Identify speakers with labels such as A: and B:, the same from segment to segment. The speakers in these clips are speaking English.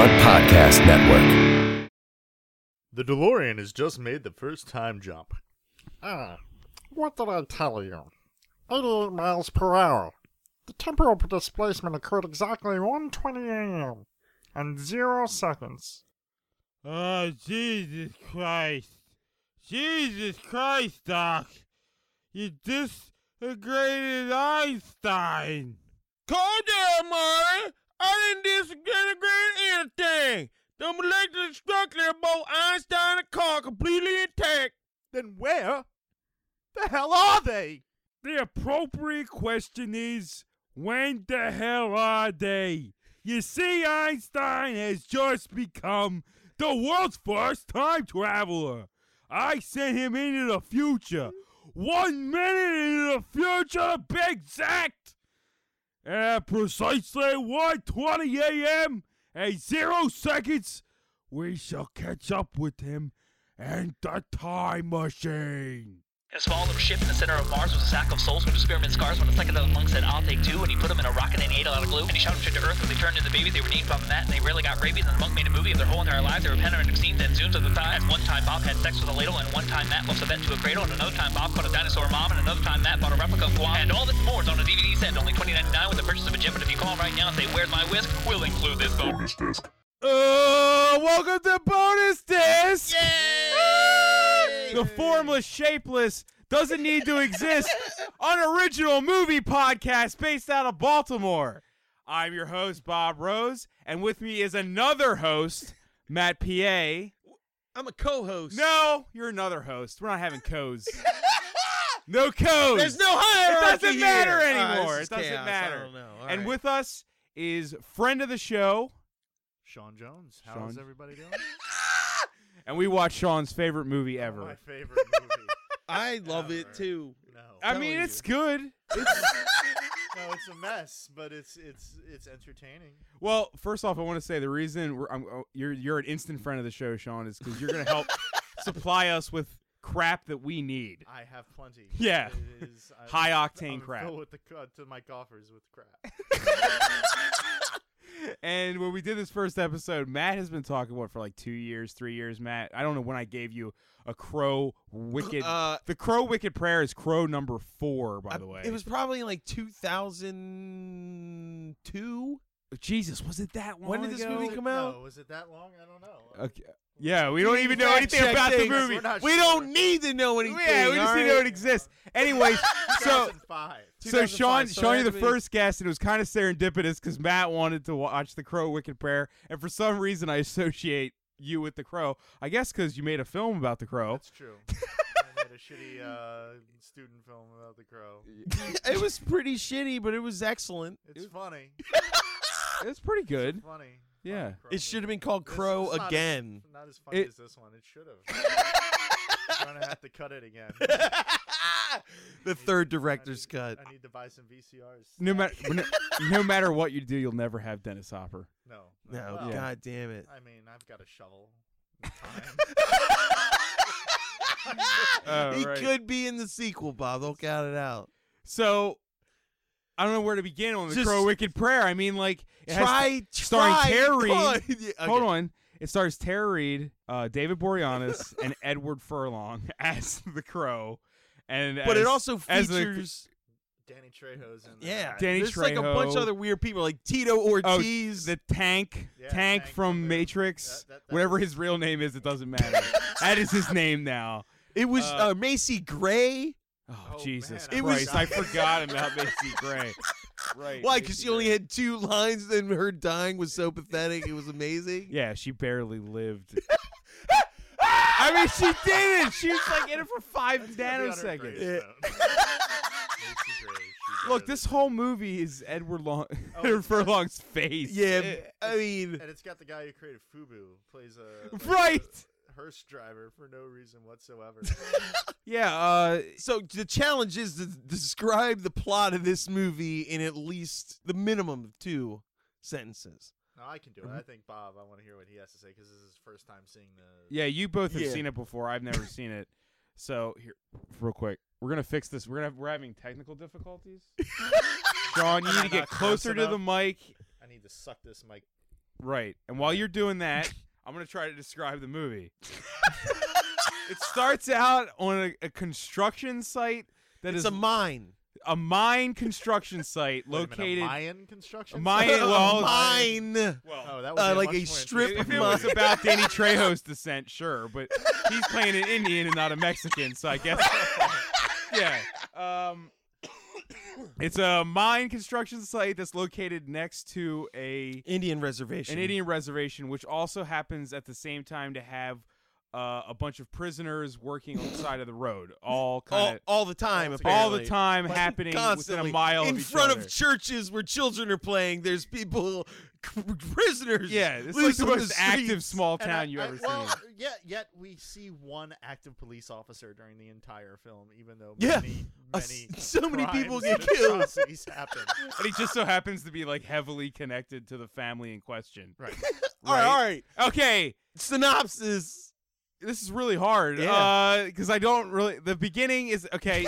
A: Podcast Network.
B: The DeLorean has just made the first time jump.
C: Ah, what did I tell you? 88 miles per hour. The temporal displacement occurred exactly 1.20 a.m. and zero seconds.
D: Oh, Jesus Christ. Jesus Christ, Doc. You disintegrated Einstein. Calm down, Murray. I didn't disintegrate anything. The molecular structure of both Einstein and Carr completely intact.
E: Then where the hell are they?
D: The appropriate question is when the hell are they? You see, Einstein has just become the world's first time traveler. I sent him into the future. One minute into the future, to be exact. At precisely 1.20 a.m. and zero seconds, we shall catch up with him and the time machine.
F: A small little ship in the center of Mars was a sack of souls from experiment scars when a psychedelic monk said, I'll take two, and he put them in a rocket and he ate a lot of glue, and he shot them straight to Earth when they turned into babies. They were named from that, and they really got rabies, and the monk made a movie of their whole entire lives. They were panoramic scenes and zooms of the thighs. One time Bob had sex with a ladle, and one time Matt lost a vet to a cradle, and another time Bob caught a dinosaur mom, and another time Matt bought a replica of Guam, and all this and more is on a DVD set, only $20.99 with the purchase of a gem, but if you call right now and say, where's my whisk, we'll include this bonus.
D: Uh, welcome to bonus disc. The formless, shapeless, doesn't need to exist, unoriginal movie podcast based out of Baltimore. I'm your host Bob Rose, and with me is another host, Matt Pa.
G: I'm a co-host.
D: No, you're another host. We're not having co's. No co's.
G: There's no hierarchy.
D: It doesn't matter
G: here. Ah,
D: anymore.
G: this
D: it
G: is
D: doesn't
G: chaos.
D: matter.
G: I don't know. All
D: and
G: right.
D: with us is friend of the show,
B: Sean Jones, how's
D: Sean-
B: everybody doing?
D: and we watch Sean's favorite movie
G: Oh,
D: ever.
B: My favorite movie.
G: I love it
B: Ever.
G: too.
B: No,
D: I
G: telling
D: mean,
G: you.
D: it's good.
B: no, it's a mess, but it's it's it's entertaining.
D: Well, first off, I want to say the reason we're, I'm, oh, you're you're an instant friend of the show, Sean, is because you're going to help supply us with crap that we need.
B: I have plenty.
D: Yeah.
B: It is- I-
D: High octane
B: I'm
D: crap.
B: filled with the co- to my coffers with crap.
D: And when we did this first episode, Matt has been talking what for like two years, three years. Matt, I don't know when I gave you a crow wicked.
G: Uh,
D: the crow wicked prayer is crow number four, by
G: I-
D: the way.
G: it was probably in like 2002.
D: Jesus. Was it that long?
G: When did this
D: ago?
G: movie
B: Was it-
G: come out? Uh,
B: No, was it that long? I don't know.
D: Okay. Yeah, we don't even know
G: Fact
D: anything
G: check
D: about the
G: things.
D: movie.
B: We're not
G: We
B: sure.
G: don't need to know anything.
D: Yeah, we just
G: all
D: didn't know
G: right?
D: it exists. Anyways,
B: Uh,
D: so
B: 2005.
D: so Sean,
G: 2005, so
D: Sean,
G: it
D: you're
G: had
D: the
G: to be-
D: first guest, and it was kind of serendipitous because Matt wanted to watch The Crow, Wicked Prayer, and for some reason I associate you with The Crow. I guess because you made a film about The Crow.
G: Oh.
B: That's true. I made a shitty uh, student film about the crow.
G: it was pretty shitty, but it was excellent.
B: It's funny.
D: It's pretty good.
B: Funny.
D: Yeah.
G: It should have been called Crow again.
B: Not as funny
D: It-
B: as this one. It should have. I'm gonna have to cut it again.
G: the third director's cut.
B: I need to buy some VCRs.
D: No matter no, no matter what you do, you'll never have Dennis Hopper.
B: No.
G: No,
B: Well,
G: god damn it.
B: I mean, I've got a shovel. and time.
D: Oh,
G: he
D: right.
G: could be in the sequel, Bob. Don't count it out.
D: So I don't know where to begin on The
G: Just-
D: Crow, Wicked Prayer. I mean, like it has
G: Try,
D: starring
G: try.
D: Tara
G: Come
D: Reid.
G: on. Yeah, okay.
D: Hold on. It stars Tara Reid, uh, David Boreanaz, and Edward Furlong as the crow. And
G: But
D: as-
G: it also
D: as the-
G: features,
B: Danny Trejo's in there.
G: yeah,
D: Danny
G: there's like a bunch
D: Trejo.
G: of other weird people, like Tito Ortiz.
D: oh, the tank,
B: Yeah, Tank
D: tank,
B: from
D: from
B: the-
D: Matrix,
B: that- that- that
D: whatever
B: was-
D: his real name is, it doesn't matter. that is his name now.
G: it was
D: uh,
G: uh, Macy Gray.
D: Oh,
B: Oh,
D: Jesus
B: man,
G: I
D: Christ!
G: forgot.
D: I forgot about Macy Gray. Right?
G: Why?
D: Macy
G: Because she only
D: Gray.
G: had two lines, and her dying was so pathetic. It was amazing.
D: Yeah, she barely lived. I mean, she did it. She was like in it for five nanoseconds. Look, this whole movie is Edward Long
B: Oh,
D: Edward
B: it's-
D: Furlong's face.
G: Yeah, I mean,
B: And it's got the guy who created Fubu plays a like,
D: Right.
B: a hearse driver for no reason whatsoever.
D: Yeah, uh
G: so the challenge is to describe the plot of this movie in at least the minimum of two sentences.
B: no, I can do it. I think Bob. I want to hear what he has to say because this is his first time seeing the.
D: yeah, you both have
G: Yeah.
D: seen it before. I've never seen it. So here real quick. We're going to fix this. We're going to we're having technical difficulties. Sean, you
B: Am
D: need
B: I
D: to get
B: not close
D: closer to the mic.
B: I need to suck this mic
D: Right. And while you're doing that, I'm going to try to describe the movie. it starts out on a, a construction site that
G: It's
D: is
G: a mine.
D: a mine construction
B: Wait
D: site
B: a minute,
D: located.
B: Mayan construction.
D: Mayan-
B: site?
G: a
D: well,
G: mine.
D: Well,
B: Oh, that
G: Uh,
B: would be
G: like
B: much
G: a
B: more
G: strip
B: interesting
D: if it
G: mine.
D: was about Danny Trejo's descent, sure, but he's playing an Indian and not a Mexican, so I guess. yeah. Um, it's a mine construction site that's located next to a
G: Indian reservation.
D: an Indian reservation, which also happens at the same time to have uh, a bunch of prisoners working on the side of the road, all
G: all,
D: kind of
G: all the time.
D: all, the
G: apparently.
D: time happening
G: Constantly.
D: within a mile
G: in
D: of each
G: front
D: other.
G: of churches where children are playing. There's people, prisoners.
D: yeah, it's like
G: loose
D: the
G: on
D: most active
G: streets.
D: small
B: And
D: town
B: I-
D: you
B: I-
D: ever
B: well,
D: seen.
B: Yet, yet we see one active police officer during the entire film, even though
G: Yeah.
B: many,
G: Uh,
B: many
G: so many people
B: crimes
G: get
B: and
G: killed.
B: atrocities happen.
D: And he just so happens to be like heavily connected to the family in question.
B: Right.
G: All right,
D: Right.
G: all right.
D: Okay,
G: Synopsis.
D: this is really hard.
G: Yeah.
D: because I don't really. The beginning is okay.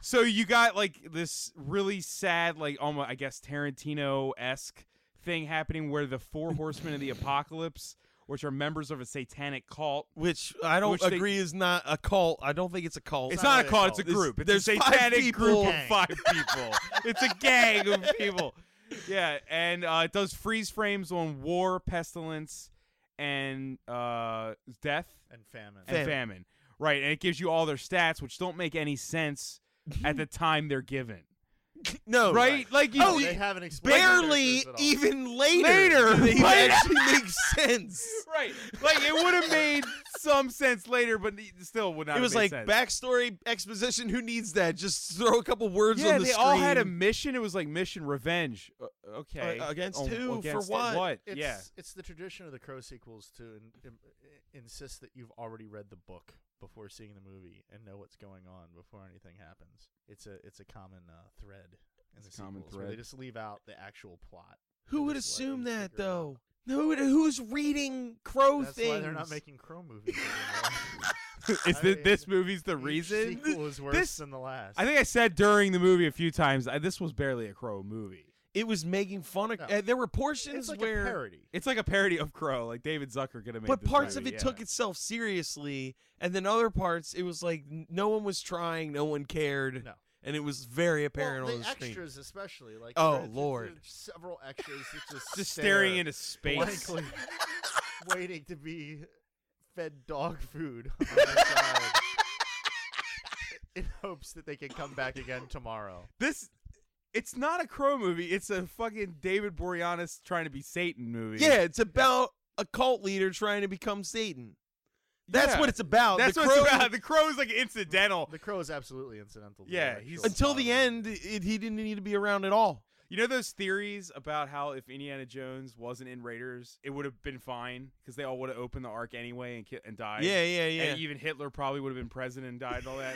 D: so you got like this really sad, like almost I guess Tarantino esque thing happening where the four horsemen of the apocalypse, which are members of a satanic cult.
G: Which I don't
D: Which they-
G: agree is not a cult. I don't think it's a cult. Uh,
D: It's, not, a cult, it's a
G: This-
D: group. It's
G: there's
D: a
G: five
D: satanic
G: people.
D: group of five people. it's a gang of people. Yeah, and uh, it does freeze frames on war, pestilence, and uh, death.
B: And famine.
D: and famine.
G: Famine.
D: Right, and it gives you all their stats, which don't make any sense at the time they're given.
G: no,
D: Right? Like you
B: oh,
D: see-
B: they haven't explained their
G: Barely,
B: characters at all.
G: even later.
D: Later,
G: do they even
D: right?
G: actually make sense.
D: right. Like it would have made some sense later, but it still would not.
G: It
D: have
G: was
D: made
G: like
D: sense.
G: backstory exposition. Who needs that? Just throw a couple words
D: Yeah,
G: on the
D: they
G: screen.
D: all had a mission. It was like mission revenge. Uh, okay,
G: Uh, against
D: On-
G: who? For
D: against
G: what?
D: What?
B: It's,
D: yeah.
B: it's the tradition of the Crow sequels to in, im- i- insist that you've already read the book before seeing the movie and know what's going on before anything happens. It's a it's a common uh, thread in the
D: It's a common
B: sequels where they
D: thread.
B: just leave out the actual plot.
G: Who
B: They
G: would
B: just let
G: assume
B: them
G: that
B: figure it out.
G: though? Who would, who's reading Crow
B: That's
G: things?
B: why they're not making Crow movies. anymore.
D: Is
B: I
D: thi-
B: mean,
D: this movie's the
B: Each
D: reason?
B: sequel is worse
D: this-
B: than the last.
D: I think I said during the movie a few times. I, this was barely a Crow movie.
G: It was making fun of.
B: No.
G: uh, there were portions
B: it's like
G: where.
B: a parody.
D: It's like a parody of Crow. Like David Zucker gonna make.
G: but
D: this
G: parts of
D: movie,
G: it
D: yeah.
G: took itself seriously and then other parts it was like n- no one was trying no one cared
B: No.
G: and it was very apparent
B: Well, the
G: on the screen
B: extras especially like there-
G: Oh,
B: there- there
G: Lord.
B: are several extras that just
D: just
B: stare
D: staring into space.
B: blankly, waiting to be fed dog food on their side in hopes that they can come back again tomorrow
D: this it's not a crow movie it's a fucking david boreanaz trying to be satan movie
G: yeah it's about a cult leader trying to become satan that's
D: Yeah.
G: what it's about
D: that's
G: the
D: what
G: crow,
D: it's about the crow is like incidental
B: the crow is absolutely incidental to the
D: Yeah,
B: actual
D: he's-
G: until
B: plot of
G: the end it, he didn't need to be around at all
D: you know those theories about how if indiana jones wasn't in raiders it would have been fine because they all would have opened the ark anyway and, ki- and died
G: yeah yeah yeah
D: and even hitler probably would have been president and died and all that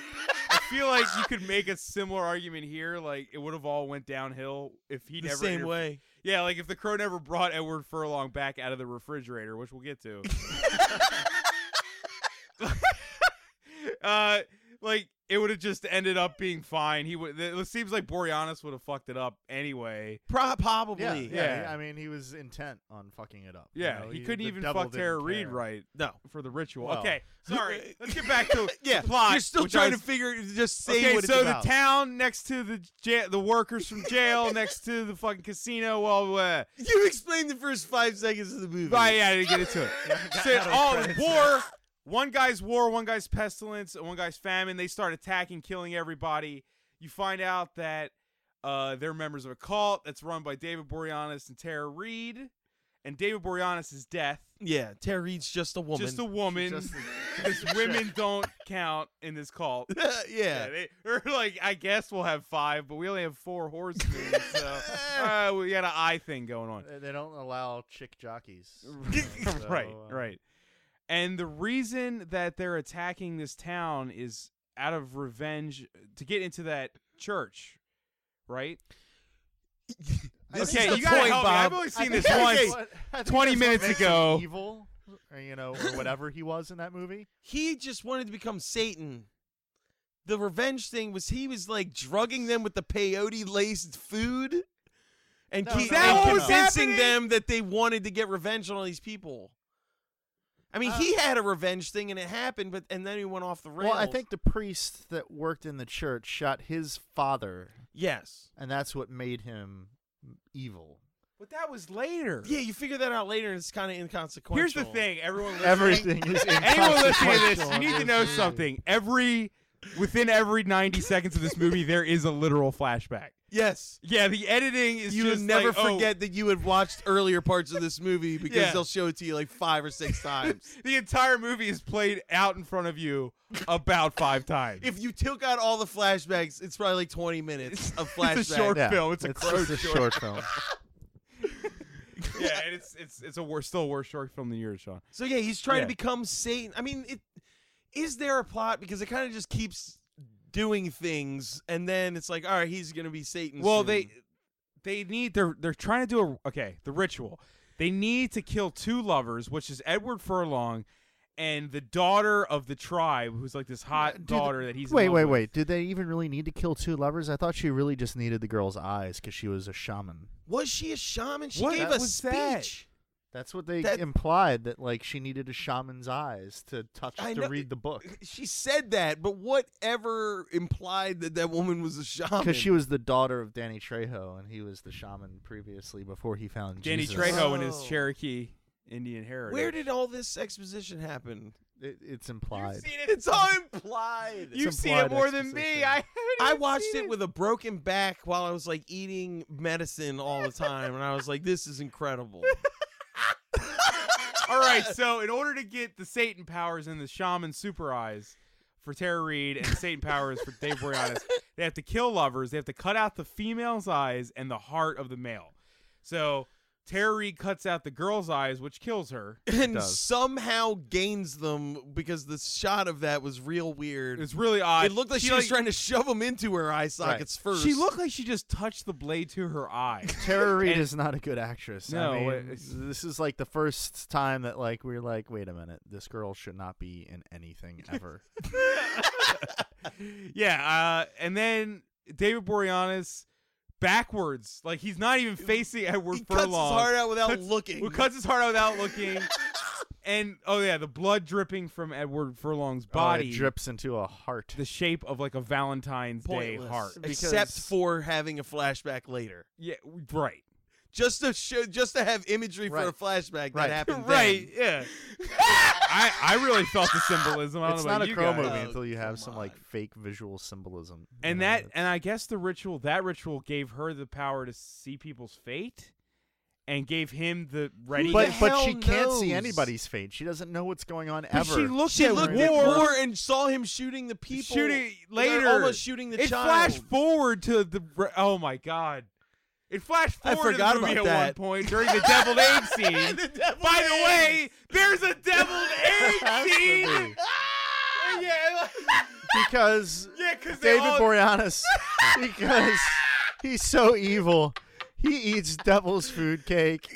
D: i feel like you could make a similar argument here like it would have all went downhill if he
G: the
D: never
G: same
D: interfe-
G: way
D: yeah like if the crow never brought edward furlong back out of the refrigerator which we'll get to uh, like it would have just ended up being fine. He would. It seems like Boreanaz would have fucked it up anyway.
G: Pro-
B: movie.
G: probably
B: yeah, yeah,
D: Yeah.
B: I mean, he was intent on fucking it up. you
D: Yeah,
B: know,
D: he, couldn't
B: the
D: even
B: devil
D: fuck
B: didn't
D: Tara Reed
B: care.
D: right
G: no
D: for the ritual.
B: Well.
D: Okay, sorry. Let's get back to
G: yeah
D: the plot.
G: you're still
D: which I
G: trying
D: was-
G: to figure it just say
D: okay,
G: what
D: so
G: it's
D: the
G: about.
D: town next to the ja- the workers from jail, next to the fucking casino. Well, uh,
G: you explained the first five seconds of the movie
D: right, yeah, I didn't get into it. so
B: out of
D: all
B: credits.
D: war. One guy's war, one guy's pestilence, and one guy's famine. They start attacking, killing everybody. You find out that uh, they're members of a cult that's run by David Boreanaz and Tara Reed. And David Boreanaz is death.
G: yeah tara reed's just a woman
D: Just a woman.
B: Just the-
D: Because women don't count in this cult.
G: yeah
D: Yeah, they, are like, I guess we'll have five, but we only have four horses. so uh, we got an eye thing going on.
B: They- They don't allow chick jockeys. so,
D: right,
B: uh,
D: right. And the reason that they're attacking this town is out of revenge uh, to get into that church, right?
B: This
D: okay,
B: is the
D: you gotta
G: point,
D: help
G: Bob.
D: me. I've only
B: I
D: seen
B: think
D: this
B: that's
D: once.
B: what- I think
D: 20
B: that's what
D: minutes
B: makes him
D: ago.
B: Evil, or, you know, or whatever he was in that movie.
G: he just wanted to become Satan. The revenge thing was he was like drugging them with the peyote laced food and,
B: No,
G: keep,
B: no,
G: and
B: no, no.
G: convincing
D: Is that what's
G: them that they wanted to get revenge on all these people. I mean, he had a revenge thing and it happened, but and then he went off the rails.
B: Well, I think the priest that worked in the church shot his father,
G: yes,
B: and that's what made him evil.
D: But that was later.
G: yeah. You figure that out later, and it's kind of inconsequential.
D: Here's the thing, everyone. Listening,
B: Everything is
D: Anyone listening to this,
B: inconsequential
D: you
B: in
D: need to know
B: movie.
D: something. Every within every 90 seconds of this movie, there is a literal flashback.
G: Yes,
D: Yeah, the editing is
G: you
D: just
G: would never
D: like, oh,
G: forget that you had watched earlier parts of this movie because
D: Yeah.
G: they'll show it to you like five or six times.
D: the entire movie is played out in front of you about five times.
G: if you took out all the flashbacks, it's probably like twenty minutes of flashbacks.
D: it's a short
B: Yeah,
D: film. It's a
B: it's
D: crow
B: just a short film.
D: yeah, and it's it's it's a wor- still a worse short film than yours, Sean.
G: So yeah, he's trying
D: Yeah.
G: to become Satan. I mean, it is there a plot because it kind of just keeps doing things, and then it's like, all right, he's gonna be Satan.
D: Well,
G: soon.
D: they they need they're they're trying to do a okay the ritual. They need to kill two lovers, which is Edward Furlong and the daughter of the tribe, who's like this hot
B: Dude,
D: daughter that he's in
B: Wait,
D: love
B: wait,
D: with.
B: wait. Did they even really need to kill two lovers? I thought she really just needed the girl's eyes because she was a shaman.
G: was she a shaman? She
D: What
G: gave a
D: was that?
G: speech.
B: That's what they
G: That-
B: implied that like she needed a shaman's eyes to touch
G: I
B: to
G: know-
B: read the book
G: She said that, but whatever implied that that woman was a shaman.
B: because she was the daughter of Danny Trejo and he was the shaman previously before he found
D: Danny
B: Jesus.
D: Trejo and his
G: Oh.
D: Cherokee Indian heritage.
G: Where did all this exposition happen?
B: It, it's implied.
G: It's all implied.
D: You've
B: It's
D: seen it
B: implied
D: more than me.
B: exposition.
D: I
G: I watched it with a broken back while I was like eating medicine all the time, and I was like, "This is incredible."
D: All right, so in order to get the Satan powers and the shaman super eyes for Tara Reid and Satan powers for Dave Boreanaz, they have to kill lovers. They have to cut out the female's eyes and the heart of the male. So Tara Reid cuts out the girl's eyes, which kills her.
G: and
B: does.
G: somehow gains them because the shot of that was real weird.
D: It's really odd.
G: it looked like she, was trying to shove them into her eye sockets first.
D: She looked like she just touched the blade to her eye.
B: Tara Reid
D: And-
B: is not a good actress.
D: No,
B: I mean,
D: it's-
B: this is like the first time that like we are like, wait a minute, this girl should not be in anything ever. Oh,
D: yeah, uh, and then David Boreanaz backwards, like he's not even facing Edward
G: He cuts his
D: Furlong.
G: heart out without
D: Cuts-
G: looking.
D: Who cuts his heart out without looking? and oh yeah, the blood dripping from Edward Furlong's
B: oh,
D: body
B: it drips into a heart.
D: the shape of like a Valentine's Day
G: Pointless.
D: heart.
G: except
B: because-
G: for having a flashback later,
D: Yeah, w- right,
G: just to show, just to have imagery
B: Right.
G: for a flashback
B: Right.
G: that happened.
D: right, yeah.
G: then.
D: I I really felt the symbolism. I don't
B: it's
D: know about
B: not a
D: you
B: crow
D: guys.
B: movie
G: Oh,
B: until you have
G: come
B: some like
G: on.
B: fake visual symbolism. you
D: and
B: know,
D: that and I guess the ritual that ritual gave her the power to see people's fate, and gave him the ready.
B: but
G: the
B: but she
G: hell
B: can't see
G: knows?
B: anybody's fate. She doesn't know what's going on
D: But
B: ever.
D: she looked
G: She
D: at
G: looked
D: war,
G: at war and saw him shooting the people.
D: shooting
G: and
D: later,
G: almost shooting the
D: it
G: child.
D: flashed forward to the. re- Oh my god! It flashed
G: I
D: forward
G: forgot
D: to the movie
G: about
D: at
G: that.
D: one point during the deviled egg scene.
G: The deviled
D: By the
G: egg.
D: way, there's a deviled
B: Has
D: egg
B: to
D: scene.
B: be.
D: yeah, like-
B: because
D: yeah, because
B: David
D: all,
B: Boreanaz because he's so evil. He eats devil's food cake,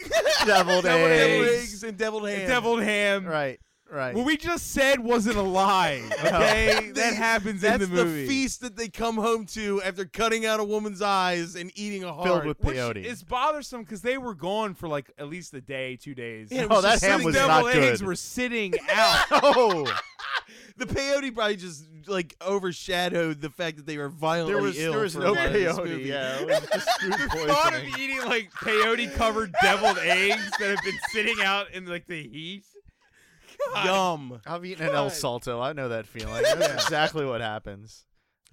B: deviled,
G: deviled
B: eggs.
G: eggs and deviled ham.
D: deviled ham.
B: Right, right.
D: What we just said wasn't a lie. Okay, that happens in
G: That's
D: the movie.
G: feast that they come home to after cutting out a woman's eyes and eating a heart.
B: filled with
D: Which
B: peyote.
D: is bothersome because they were gone for like at least a day, two days.
G: Yeah, it
B: oh,
G: was
B: that
G: just
B: ham
G: sitting
B: was
G: down
B: not
D: deviled eggs
B: good.
D: were sitting out.
B: oh,
G: the peyote probably just like overshadowed the fact that they were violently
B: there was
G: ill.
B: there was
G: for
B: no
G: a lot of this movie.
B: peyote. Yeah, it was just food
D: thought of
B: poisoning.
D: eating like peyote covered deviled eggs that have been sitting out in like the heat.
G: Yum.
B: I've eaten an El Salto. I know that feeling. That's exactly what happens.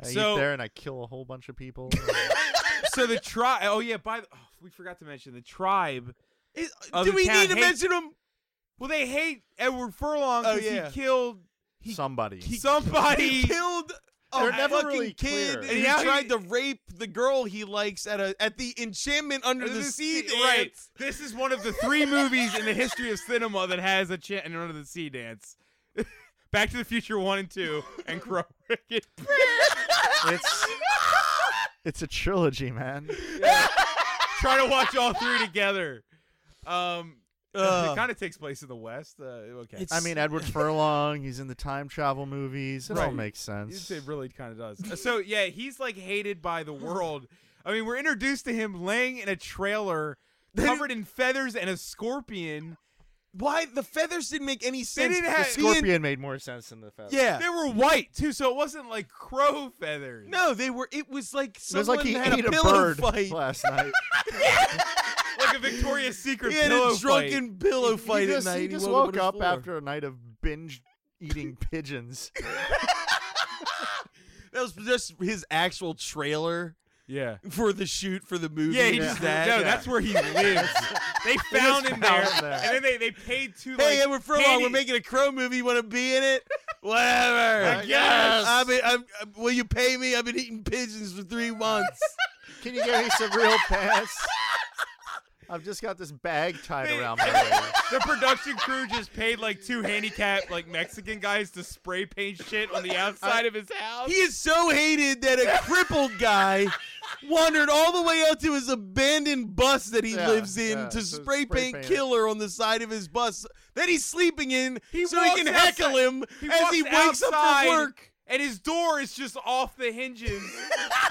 B: I
D: So-
B: eat there and I kill a whole bunch of people.
D: So the tribe. Oh yeah, by the oh, we forgot to mention the tribe.
G: It-
D: Of
G: do
D: the
G: we
D: town
G: need to
D: hate-
G: mention him?
D: Well, they hate Edward Furlong because
G: Oh, yeah.
D: he killed
B: Somebody.
D: somebody.
G: He killed a
B: They're never
G: fucking
B: really
G: kid,
B: clear.
G: and,
D: And
G: he
D: now he-
G: tried to rape the girl he likes at a at the enchantment under the
D: This-
G: sea dance.
D: right. This is one of the three movies in the history of cinema that has a chant in under the sea dance. Back to the Future One and Two, and Crow. Cricket.
B: it's it's a trilogy, man.
D: Try to watch all three together. Um,
G: Uh,
D: it kind of takes place in the West. Uh, okay,
G: It's-
B: I mean, Edward Furlong. He's in the time travel movies. It all
D: Right.
B: makes sense.
D: Uh, It really kind of does. So yeah, he's like hated by the world I mean, we're introduced to him laying in a trailer, covered in feathers and a scorpion.
G: Why the feathers didn't make any sense?
D: didn't have-
G: because he and-
B: Scorpion made more sense than the feather.
G: yeah.
D: They were white too, so it wasn't like crow feathers.
G: No, they were. It was like
B: It was
G: someone
B: like he
G: had
B: ate
G: a
B: a,
G: pillow
B: bird
G: fight.
B: last night.
D: like a Victoria's Secret
G: He had
D: pillow
G: a drunken pillow fight
B: he just,
G: at night.
B: he just
G: wondered what
B: woke
G: it was
B: up
G: for.
B: after a night of binge eating pigeons.
G: That was just his actual trailer
H: Yeah.
G: for the shoot for the movie.
D: Yeah, he
G: It was
D: just,
G: that.
D: no,
G: Yeah.
D: that's where he lives. they found him there,
B: found him there.
D: and then they, they paid two.
G: Hey,
D: like,
G: Edward Furlong, we're
D: Katie-
G: making a Crow movie. Want to be in it? Whatever.
D: I guess.
G: I've been, I'm, I'm- will you pay me? I've been eating pigeons for three months.
B: Can you get me some real pants? I've just got this bag tied
D: They-
B: around my leg.
D: the production crew just paid like two handicapped like Mexican guys to spray paint shit on the outside of his house.
G: he is so hated that a crippled guy wandered all the way out to his abandoned bus that he
B: Yeah,
G: lives in
B: yeah,
G: to
B: so
G: spray
B: spray
G: paint
B: paint it.
G: killer on the side of his bus that he's sleeping in
D: He
G: so he
D: walks
G: can heckle
D: outside-
G: him as
D: walks
G: he wakes up
D: outside,
G: for work.
D: And his door is just off the hinges.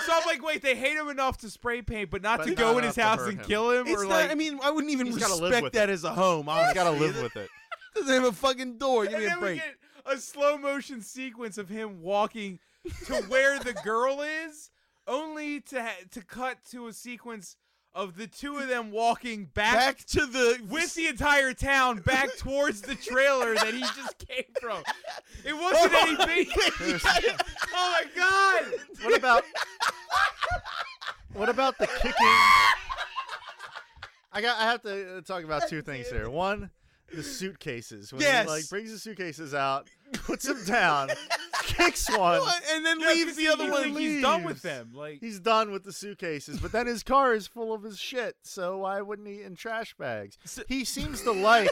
D: so I'm like, wait, they hate him enough to spray paint, but not
B: But
D: to
B: not
D: go in
B: enough
D: his
B: to
D: house
B: hurt
D: and
B: him.
D: kill him.
G: It's
D: or
G: not,
D: like,
G: I mean, I wouldn't even
B: he's gotta live
G: respect
B: with
G: that as a home.
B: He's
G: honestly.
B: got to live with it.
G: doesn't have a fucking door. Give
D: and
G: me a
D: then we
G: break.
D: get a slow motion sequence of him walking to where the girl is, only to ha- to cut to a sequence of the two of them walking back,
G: Back to the
D: with the entire town back towards the trailer that he just came from. It wasn't any big. Oh my god!
B: What about What about the kicking? I got I have to uh, talk about two things here. One, the suitcases. When
G: Yes.
B: he like brings the suitcases out, puts them down, kicks one.
G: and then
D: Yeah,
G: leaves
D: 'cause
G: the
D: he-
G: other
D: he-
G: one.
D: like, He's done
B: leaves.
D: with them. Like
B: He's done with the suitcases, but then his car is full of his shit, so why wouldn't he in trash bags? He seems to like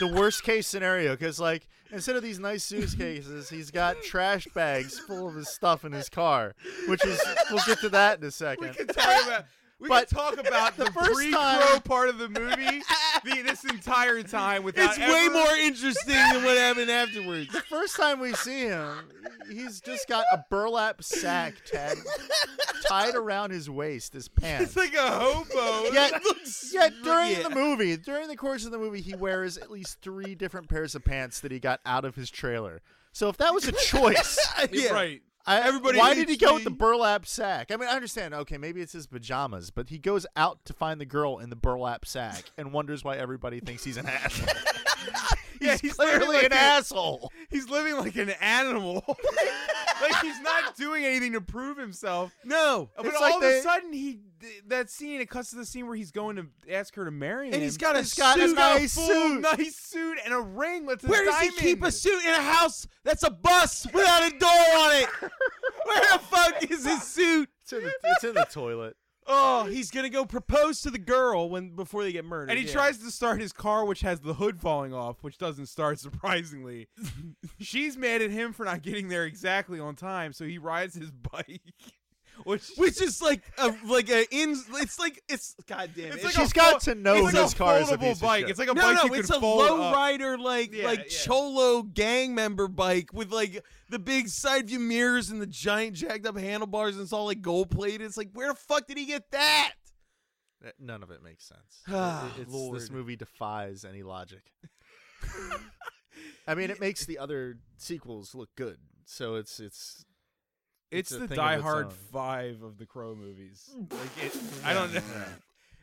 B: the worst case scenario because, like, instead of these nice suitcases, he's got trash bags full of his stuff in his car, which is, we'll get to that in a
D: we
B: second.
D: could talk about. We
B: But
D: could talk about
B: the
D: the,
B: first
D: pre-crow
B: time-
D: part of the movie the, this entire time without
G: It's way
D: ever-
G: more interesting than what happened afterwards.
B: The first time we see him, he's just got a burlap sack tag, tied around his waist, his pants.
D: It's like a hobo.
B: yet, yet during
G: yeah.
B: the movie, during the course of the movie, he wears at least three different pairs of pants that he got out of his trailer. So if that was a choice,
G: yeah.
D: Right.
B: I,
G: Everybody
B: why did he
G: hates
B: go with the
G: me.
B: burlap sack? I mean, I understand. Okay, maybe it's his pajamas, but he goes out to find the girl in the burlap sack and wonders why everybody thinks he's an asshole.
D: Yeah, he's
B: Clearly
D: literally
B: an asshole.
D: He's living like an animal. like he's not doing anything to prove himself.
G: No.
D: But
B: It's like
D: all of
B: they-
D: a sudden, he th- that scene it cuts to the scene where he's going to ask her to marry him,
G: And he's got a
B: He's got a
G: suit.
B: nice
D: full
B: suit.
D: nice suit and a ring with a
G: Where does he
D: diamond.
G: keep a suit in a house that's a bus without a door on it? Where the fuck is his suit?
B: It's in the, it's in the toilet.
G: Oh, he's gonna go propose to the girl when before they get murdered.
D: And he
G: yeah.
D: tries to start his car, which has the hood falling off, which doesn't start surprisingly. She's mad at him for not getting there exactly on time, so he rides his bike, which
G: which is like a like a in. It's like it's goddamn.
D: It's
G: it.
D: like
B: She's
D: a
B: got
D: fo-
B: to know
D: it's
B: his
D: a
B: car is a
D: foldable
B: piece of
D: bike.
B: shit.
D: It's like a
G: no,
D: bike
G: no,
D: you
G: it's
D: can
G: a
D: fold
G: low
D: up.
G: rider like
D: Yeah,
G: like
D: yeah.
G: cholo gang member bike with like the big side view mirrors and the giant jacked up handlebars and it's all like gold plated. It's like where the fuck did he get that?
B: Uh, None of it makes sense.
G: Ah,
B: It- it's- This
G: Lord.
B: movie defies any logic. I mean, it makes the other sequels look good, so it's it's
D: It's,
B: It's a
D: the
B: thing of
D: Die
B: its
D: Hard
B: own.
D: Five of the Crow movies. Like it, I don't know.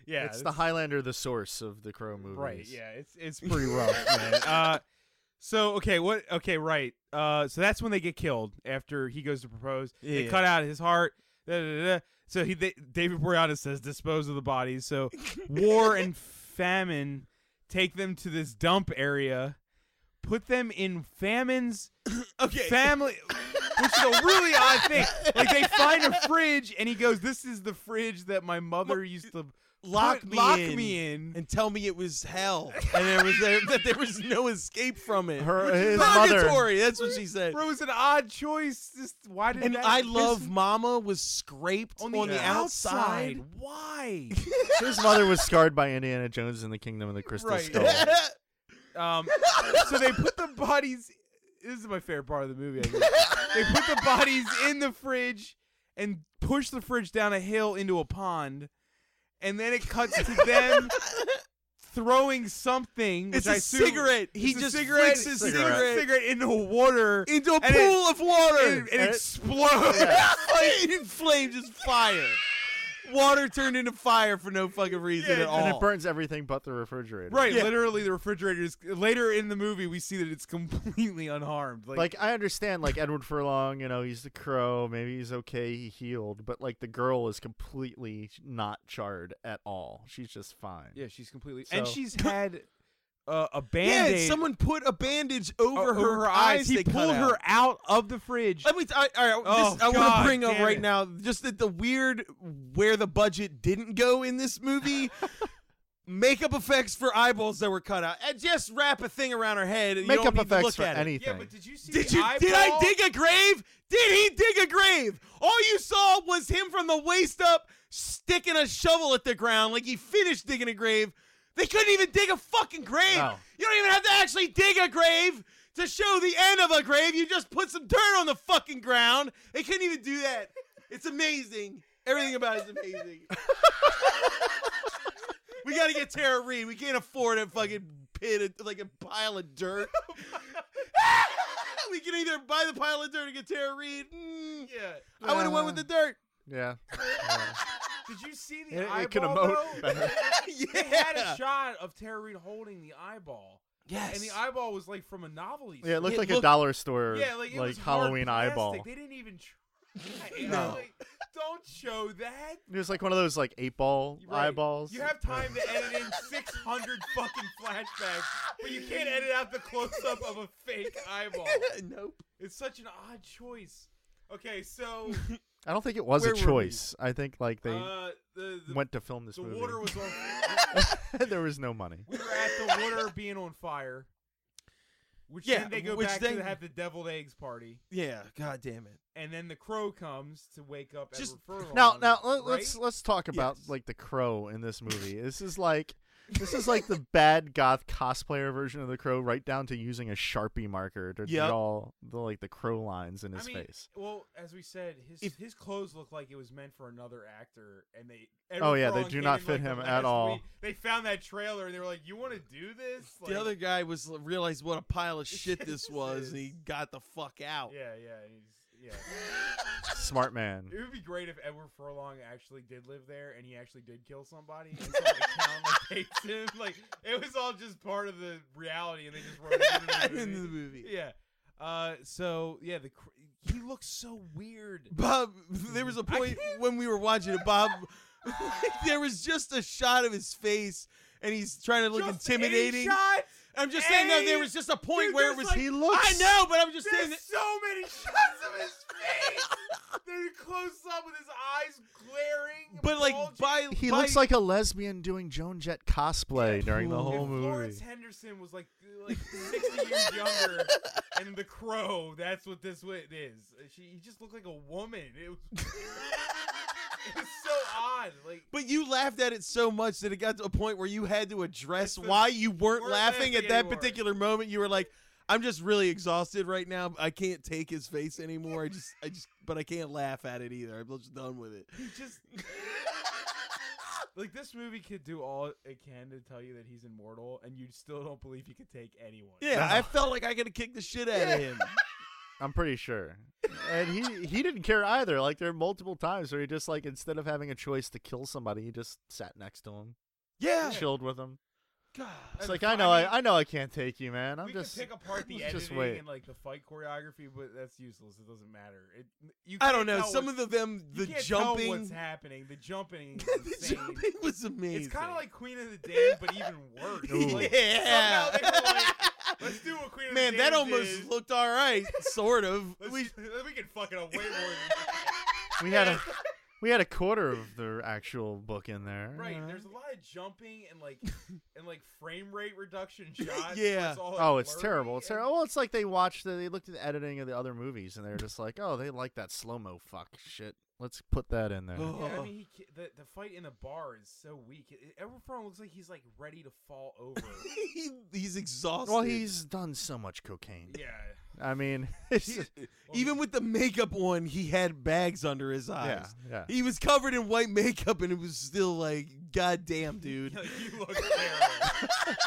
D: Yeah,
B: it's the Highlander, the source of the Crow movies.
D: right. Yeah, it's it's pretty rough, man. Uh, so okay, what? Okay, right. Uh, so that's when they get killed after he goes to propose. They
G: Yeah.
D: cut out his heart. Da, da, da, da. So he they, David Boreanaz says dispose of the bodies. So war and famine take them to this dump area, put them in famine's
G: Okay.
D: family which is a really odd thing like they find a fridge and he goes this is the fridge that my mother used to
G: Lock
D: put-
G: me
D: lock
G: in.
D: me in
G: and tell me it was hell, and there was there, that there was no escape from it.
B: Her, his mother.
G: Purgatory. That's what she said.
D: Bro, it was an odd choice just why did
G: And
D: that
G: I
D: piss
G: love
D: me
G: Mama was scraped
D: on the, outside. why
B: His mother was scarred by Indiana Jones and the Kingdom of the Crystal
D: Right.
B: Skull.
D: um so they put the bodies this is my favorite part of the movie I guess. they put the bodies in the fridge and push the fridge down a hill into a pond, and then it cuts to them throwing something.
G: It's
D: which I
G: a
D: assume-
G: cigarette. He
D: it's a
G: just
D: cigarette,
G: flicks his
D: flicks
G: cigarette.
D: a cigarette into water
G: into a
D: And it-
G: pool of water.
D: and, it- it
B: And it-
D: explodes.
B: Yeah.
G: Flaming flame just fire. Water turned into fire for no fucking reason
D: Yeah,
G: at all.
B: and it burns everything but the refrigerator.
D: Right,
G: Yeah.
D: literally the refrigerator is later in the movie we see that it's completely unharmed. Like,
B: Like I understand, like Edward Furlong, you know, he's the crow. Maybe he's okay. He healed, but like the girl is completely not charred at all. She's just fine.
D: yeah, she's completely and
B: So-
D: she's had uh, a
G: yeah,
D: band-aid Uh,
G: someone put a bandage over,
D: o-
G: her, eyes.
D: He
G: they cut
D: pulled
G: out.
D: her out of the fridge.
G: Let me. T- I, all right,
D: Oh,
G: this, I want
D: God
G: to bring up
D: damn
G: right
D: it.
G: now just that the weird where the budget didn't go in this movie. Makeup effects for eyeballs that were cut out. And just wrap a thing around her head. And you
B: Makeup
G: don't need to
B: effects
G: look
B: for
G: at it.
B: anything.
D: did you see?
G: Did you? Did I dig a grave? Did he dig a grave? All you saw was him from the waist up sticking a shovel at the ground like he finished digging a grave. They couldn't even dig a fucking grave.
B: No.
G: You don't even have to actually dig a grave to show the end of a grave. You just put some dirt on the fucking ground. They couldn't even do that. It's amazing. Everything about it is amazing. we got to get Tara Reid. We can't afford a fucking pit, of, like a pile of dirt. we can either buy the pile of dirt or get Tara Reid. Mm, yeah. I would have went with the dirt.
B: Yeah.
D: Did you see the
B: It,
D: eyeball?
B: it can emote.
D: though?
B: better.
D: They had a
G: yeah.
D: shot of Tara Reid holding the eyeball,
G: Yes.
D: and the eyeball was like from a novelty.
B: Yeah, it looked
G: It
B: like a
G: looked-
B: dollar store,
D: yeah, like, it was hard
B: Halloween
D: plastic.
B: eyeball.
D: They didn't even. Try. And I
G: No.
D: was like, don't show that.
B: It was like one of those like eight ball
D: Right.
B: eyeballs.
D: You have time to edit in 600 fucking flashbacks, but you can't edit out the close up of a fake eyeball.
G: nope.
D: It's such an odd choice. Okay, so
B: I don't think it was
G: Where
B: a
G: were we?
B: choice. I think like they
D: uh, the the,
B: went to film this
D: the
B: movie.
D: water was on.
B: there was no money.
D: We were at the water being on fire. Which
G: Yeah,
D: then they go
G: which
D: back
G: then-
D: to have the deviled eggs party,
G: Yeah. God damn it.
D: and then the crow comes to wake up
G: Just-
D: Edward Furlong.
B: Now, now let,
D: right?
B: let's let's talk about
G: Yes.
B: like the crow in this movie. This is like this is like the bad goth cosplayer version of the crow, right down to using a sharpie marker to
G: Yep.
B: draw the like the crow lines in his
D: I mean,
B: face.
D: well, as we said, his
G: If-
D: his clothes look like it was meant for another actor, and they.
B: Oh, yeah, they
D: Furlong
B: do
D: came
B: not
D: in,
B: fit
D: like, the
B: him at
D: last
B: all.
D: week. They found that trailer and they were like, "You want to do this?" Like,
G: the other guy was realized what a pile of shit this was, and he got the fuck out.
D: Yeah, yeah, he's, yeah.
B: Smart man.
D: It would be great if Edward Furlong actually did live there and he actually did kill somebody. And so, like, the town, like, hates him. Like it was all just part of the reality, and they just wrote it into the
G: in the
D: movie.
G: movie.
D: Yeah. Uh, so yeah, the cr- he looks so weird.
G: Bob, there was a point when we were watching it, Bob, there was just a shot of his face, and he's trying to look
D: Just a
G: intimidating.
D: shot?
G: I'm just saying, no,
D: A-
G: there was just a point
D: Dude,
G: where
D: there's
G: it was.
D: like-
B: He looks.
G: I know, but I'm just saying.
D: There's
G: That,
D: so many shots of his face. They're close up with his eyes glaring.
G: but like,
D: bulging.
G: by
B: He
G: by-
B: looks like a lesbian doing Joan Jett cosplay during the
D: If
B: whole
D: Florence
B: movie.
D: Henderson was like like 60 years younger, and The Crow. That's what this wit is. She he just looked like a woman. It was it was so odd. Like
G: But you laughed at it so much that it got to a point where you had to
D: That's
G: address
D: the-
G: why you weren't
D: we're
G: laughing at
D: laughing
G: that
D: anymore.
G: particular moment. You were like, "I'm just really exhausted right now. I can't take his face anymore. I just, I just, but I can't laugh at it either. I'm just done with it."
D: he just like this movie could do all it can to tell you that he's immortal, and you still don't believe he could take anyone.
G: Yeah, I felt like I could have kicked the shit out of him.
B: I'm pretty sure. And he he didn't care either. Like there are multiple times where he just like instead of having a choice to kill somebody, he just sat next to him,
G: Yeah,
B: chilled with him.
G: God.
B: It's
D: And
B: like
D: fi-
B: I know
D: I mean,
B: I, I know I can't take you, man. I'm
D: we
B: just
D: can pick apart the
B: just
D: editing
B: wait.
D: and like the fight choreography, but that's useless. It doesn't matter. It, you
G: I
D: can't
G: don't know.
D: tell
G: Some
D: what's-
G: of the, them,
D: you
G: the
D: can't tell
G: jumping,
D: what's happening. The jumping, is
G: the
D: insane.
G: jumping was amazing.
D: It's kind of like Queen of the Damned, but even worse.
B: Ooh.
D: Like,
G: yeah.
D: somehow they were like, Let's do what Queen of
G: Man,
D: the Damned
G: that almost
D: did.
G: looked all right, sort of.
D: Let's-
G: we
D: we can fuck it up way more. Than
B: we had a we had a quarter of the actual book in there.
D: that. right? There's a lot of jumping and like and like frame rate reduction shots.
G: Yeah.
D: where all, like,
B: Oh, it's
D: blurry
B: terrible. It's
D: and-
B: terrible. Well, it's like they watched the, they looked at the editing of the other movies and they were just like, oh, they like that slow mo fuck shit. Let's put that in there.
G: Oh.
D: Yeah, I mean, he, ki- the the fight in the bar is so weak. It, Everfron looks like he's like ready to fall over.
G: he, he's exhausted.
B: well, he's done so much cocaine.
D: yeah,
B: I mean, it's,
G: He- even with the makeup on, he had bags under his
B: yeah,
G: eyes.
B: yeah.
G: He was covered in white makeup, and it was still like, God damn, dude.
D: like you look terrible.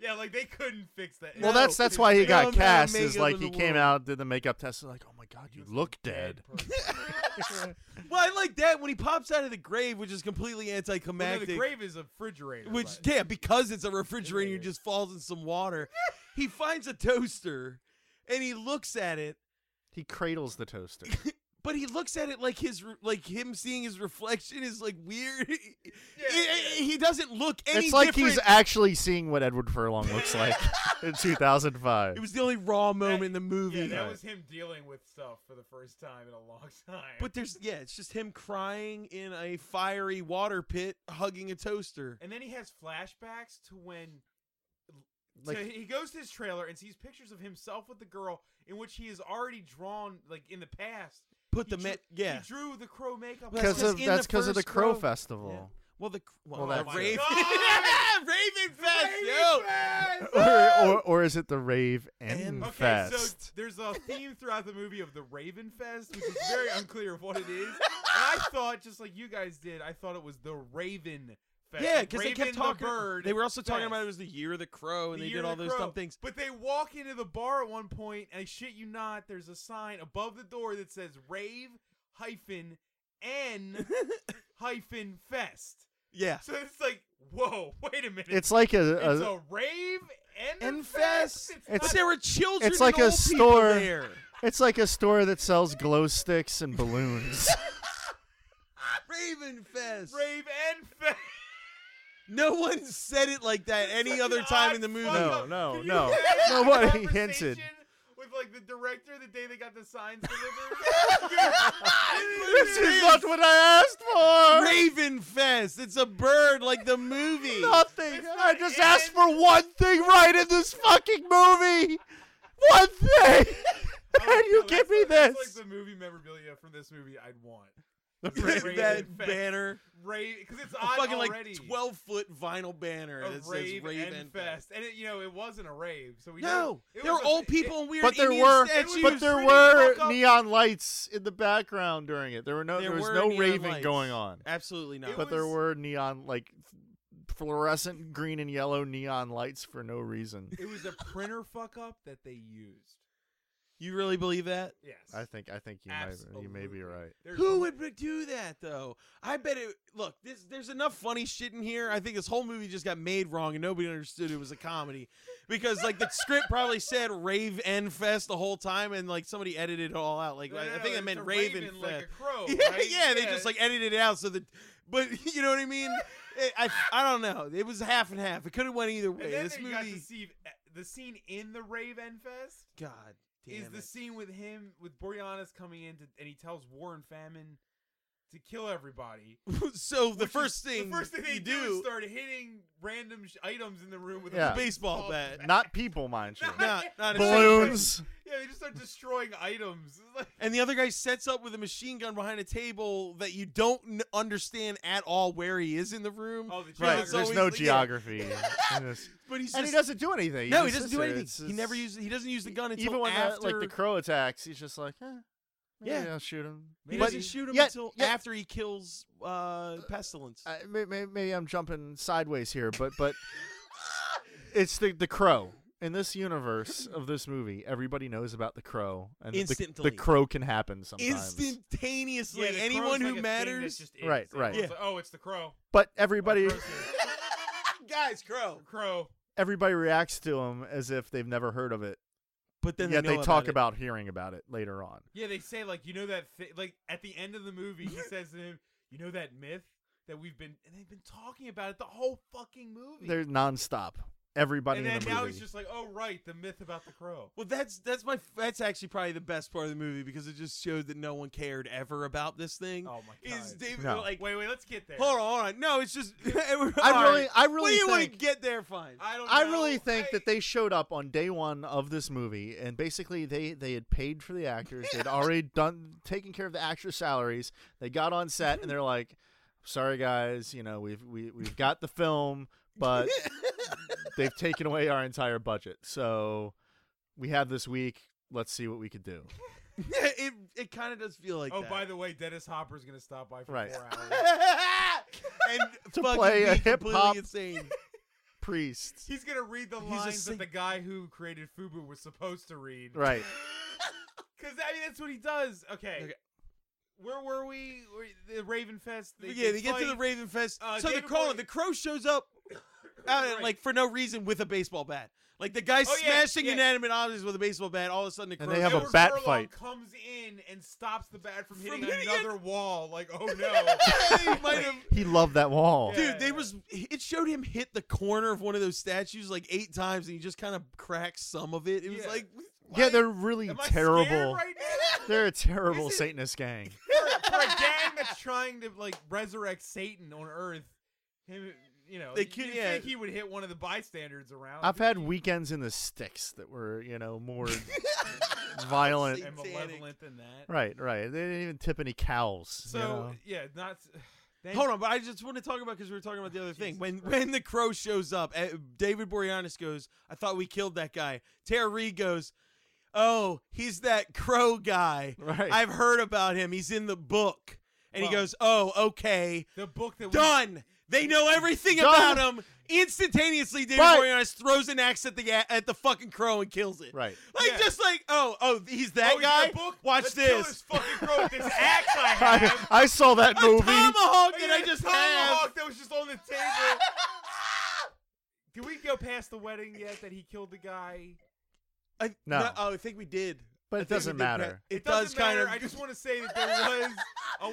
D: yeah, like they couldn't fix that.
B: Well, that's that's why
G: No,
B: he got
G: man,
B: cast. Is
G: makeup
B: like
G: in the
B: he came
G: world.
B: out, did the makeup test, and like, oh my god, you look dead.
G: Well, I like that when he pops out of the grave, which is completely
D: Well, no,
G: anticlimactic.
D: the grave is a refrigerator.
G: which
D: but-
G: yeah, because it's a refrigerator, he just falls in some water. he finds a toaster, and he looks at it,
B: He cradles the toaster.
G: but he looks at it like his re- like him seeing his reflection is like weird. He- he, he doesn't look any.
B: it's like
G: different.
B: he's actually seeing what Edward Furlong looks like in 2005.
G: It was the only raw moment
D: That-
G: in the movie.
D: yeah, that was him dealing with stuff for the first time in a long time.
G: But there's yeah, it's just him crying in a fiery water pit, hugging a toaster.
D: and then he has flashbacks to when
B: Like-
D: so he goes to his trailer and sees pictures of himself with the girl in which he is already drawn like in the past.
G: Put
D: He
G: the
D: drew-
G: ma- yeah.
D: He drew the crow makeup
G: Well, that's
B: because
D: on.
G: just
B: of
G: in
B: that's
G: the
B: because of the
G: first
B: Crow
G: row.
B: Festival,
G: Well, the well,
B: Well,
G: the
B: that's it.
G: Raven
D: God!
G: Raven
D: Raven
G: Fest, yo.
B: or, or or is it the Rave and,
G: And-
D: Okay,
B: Fest?
D: so there's a theme throughout the movie of the Raven Fest, which is very unclear of what it is. And I thought, just like you guys did, I thought it was the Raven Fest.
G: Yeah,
D: because
G: because they kept talking.
D: The bird
G: they were also talking
D: Fest.
G: about it was the year of the crow, and
D: The
G: they
D: year
G: did
D: of
G: all
D: the
G: those
D: crow.
G: dumb things.
D: But they walk into the bar at one point, and I shit you not, there's a sign above the door that says Rave hyphen N hyphen Fest.
G: Yeah,
D: So it's like, whoa, wait a minute.
B: it's like a, a-
D: It's a rave and a
G: and
D: fest.
G: fest.
D: It's
G: but
D: not-
G: there were children.
B: It's like
G: and
B: a
G: old people
B: store.
G: there.
B: it's like a store that sells glow sticks and balloons.
G: Raven Fest.
D: rave and fest.
G: no one said it like that any
D: Fucking
G: other time in the
D: odd
G: movie.
D: fuck
B: No, no,
D: up. Can you
B: no.
D: imagine the
B: Nobody
D: conversation
B: hinted.
D: With like the director the day they got the signs delivered.
B: this is not what I asked for.
G: Raven Fest. It's a bird like the movie.
B: Nothing.
D: It's
B: I
D: not
B: just asked
D: in.
B: for one thing right in this fucking movie. One thing. and you give me this.
D: That's like the movie memorabilia from this movie I'd want.
G: that
D: Raven Fest.
G: banner.
D: Rave, because it's
G: A
D: odd
G: fucking
D: already.
G: like 12 foot vinyl banner
D: a
G: that
D: rave,
G: says Raven
D: and fest, and it, you know it wasn't a rave, so we
G: No,
D: know, it
G: there were
D: was a-
G: old
D: it-
G: people and weird
B: But there
G: Indian
B: were,
G: statues.
B: but there
D: Pretty
B: were
D: fuck up.
B: neon lights in the background during it. There were no, there, was
G: were
B: no
G: neon
B: raving
G: lights.
B: going on.
G: Absolutely not.
D: It
B: But there
D: was-
B: were neon, like fluorescent green and yellow neon lights for no reason.
D: It was a printer fuck up that they used.
G: you really believe that?
D: Yes,
B: I think, I think you might, you may be
D: Absolutely.
B: right.
D: There's
G: Who would do that though? I bet it. Look, this, there's enough funny shit in here. I think this whole movie just got made wrong and nobody understood it was a comedy because like the script probably said Rave and Fest the whole time and like somebody edited it all out. Like
D: No,
G: I,
D: no,
G: I
D: no,
G: think it
D: it's
G: meant
D: a
G: Rave
D: raven
G: and
D: like
G: Fest.
D: a crow,
G: yeah,
D: right?
G: yeah, they just like edited it out so that. But you know what I mean? It- I I don't know. It was half and half. It could have went either way.
D: And then
G: this
D: they
G: movie.
D: got to see eh, the scene in the rave and fest
G: God damn
D: is the
G: it.
D: scene with him with Boreanaz coming in to, and he tells War and Famine to kill everybody.
G: so the
D: which is-
G: first thing
D: the first thing they
G: you
D: do, is
G: do,
D: start hitting random sh- items in the room with
B: Yeah.
D: a
G: baseball bat.
B: Not people, mind you.
G: Not- not a
B: Balloons.
D: Yeah, they just start destroying items. It's like-
G: And the other guy sets up with a machine gun behind a table that you don't n- understand at all where he is in the room.
D: Oh, the
G: But
B: Right.
G: it's
D: It's
B: There's
G: always-
B: no
G: yeah.
B: geography. in this.
G: But he's
B: and
G: just-
B: he doesn't do anything.
G: No, he
B: just
G: doesn't
B: sits
G: do
B: there.
G: anything.
B: It's
G: He never
B: just-
G: uses. He doesn't use the gun until
B: even when
G: after.
B: the, like the crow attacks, he's just like, eh, maybe
G: Yeah.
B: I'll shoot him.
G: he
B: But
G: doesn't shoot him
B: yet-
G: until
B: yet-
G: after he kills uh, pestilence.
B: I, may, may, maybe I'm jumping sideways here, but but it's the the crow in this universe of this movie. Everybody knows about the crow, and that the, the
G: Instantly.
B: crow can happen sometimes.
G: Instantaneously,
D: the crow's
G: anyone
D: like a
G: who
D: thing that
G: matters.
D: just is.
B: Right, right.
D: Everyone's like, oh, it's the crow.
B: But everybody
D: Crow's here.
G: Guys, crow.
D: crow.
B: everybody reacts to him as if they've never heard of it.
G: But then
B: yet
G: they, know
B: talk
G: it.
B: about hearing about it later on.
D: Yeah, they say like you know that thi- like at the end of the movie he says to him, you know that myth that we've been and they've been talking about it the whole fucking movie.
B: They're nonstop. everybody
D: And
B: in
D: then
B: the
D: now
B: movie.
D: he's just like, oh right, the myth about the crow.
G: Well, that's that's my that's actually probably the best part of the movie because it just shows that no one cared ever about this thing.
D: Oh my god.
G: Is David
B: No.
G: like?
D: wait, wait, let's get there.
G: Hold on, hold on. No, it's just.
B: I really, I
G: Well,
B: really
G: you
B: think
G: wouldn't get there fine.
D: I don't.
B: I
D: know.
B: really think
D: I-
B: that they showed up on day one of this movie, and basically they they had paid for the actors. They'd already done taken care of the actors' salaries. They got on set, and they're like, "Sorry guys, you know we've we, we've got the film, but they've taken away our entire budget. So we have this week. Let's see what we could do."
G: it it kind of does feel like.
D: Oh,
G: that.
D: by the way, Dennis Hopper's gonna stop by for
B: Right.
D: four hours.
G: and
B: To
G: fucking
B: play a
G: be completely
B: hip-hop-
G: insane.
B: Priests,
D: He's gonna read the
G: He's a
D: lines
G: sing-
D: that the guy who created Fubu was supposed to read.
B: right?
D: Because I mean, that's what he does. Okay.
G: Okay.
D: Where were we? We- The Raven Fest. They,
G: yeah, they get to the
D: fight.
G: Raven Fest.
D: Uh,
G: so the
D: David
G: crow,
D: Bowie-
G: the crow shows up, out of-
D: Right.
G: like for no reason with a baseball bat. Like the guy
D: Oh, yeah,
G: smashing
D: yeah.
G: inanimate objects with a baseball bat. All of a sudden, the crow
B: And they have a
D: Gilbert
B: bat
D: Furlong
B: fight.
D: Comes in and stops the bat from hitting
G: hitting it.
D: another wall. Like, oh no.
G: They might have.
B: He loved that wall.
D: Yeah,
G: Dude, they
D: yeah.
G: was it showed him hit the corner of one of those statues like eight times, and he just kind of cracked some of it. It was
D: Yeah.
G: like,
B: Yeah, they're really
D: Am I
B: terrible.
D: scared right now?
B: They're a terrible
D: Is it-
B: Satanist gang.
D: for, for a gang that's trying to like resurrect Satan on Earth, him, you know,
G: They
D: you
G: could-
D: you'd
G: yeah.
D: think he would hit one of the bystanders around.
B: I've had weekends in the sticks that were, you know, more violent.
D: and malevolent than that.
B: Right, right. They didn't even tip any cows. you
D: So eh,
B: know?
D: yeah, not. Thank,
G: hold on, but I just want to talk about because we were talking about the other thing. When when the crow shows up, eh, David Boreanaz goes, "I thought we killed that guy." Tara Reid goes, "Oh, he's that crow guy.
B: Right.
G: I've heard about him. He's in the book." And he
D: Well-
G: goes, "Oh, okay,
D: The book that we-
G: done." They know everything
B: Done.
G: about him. Instantaneously, David
B: Right.
G: Boreanaz throws an axe at the ga- at the fucking crow and kills it.
B: Right.
G: Like
D: Yeah.
G: just like oh oh he's that
D: Oh, he's
G: guy.
D: in the book?
G: Watch
D: Let's kill
G: this.
D: this fucking crow with this axe I
B: I,
D: have.
B: I saw that
G: A
B: movie.
G: tomahawk
D: Look at
G: that I
D: the
G: just
D: tomahawk
G: have.
D: that was just on the table. Did we go past the wedding yet? That he killed the guy.
G: I,
B: No.
G: oh, I think we did.
B: But
G: I
B: it
G: think we
B: doesn't
G: did
B: matter.
G: that. It,
D: It doesn't
G: does kind
D: matter.
G: of.
D: I just want to say that there was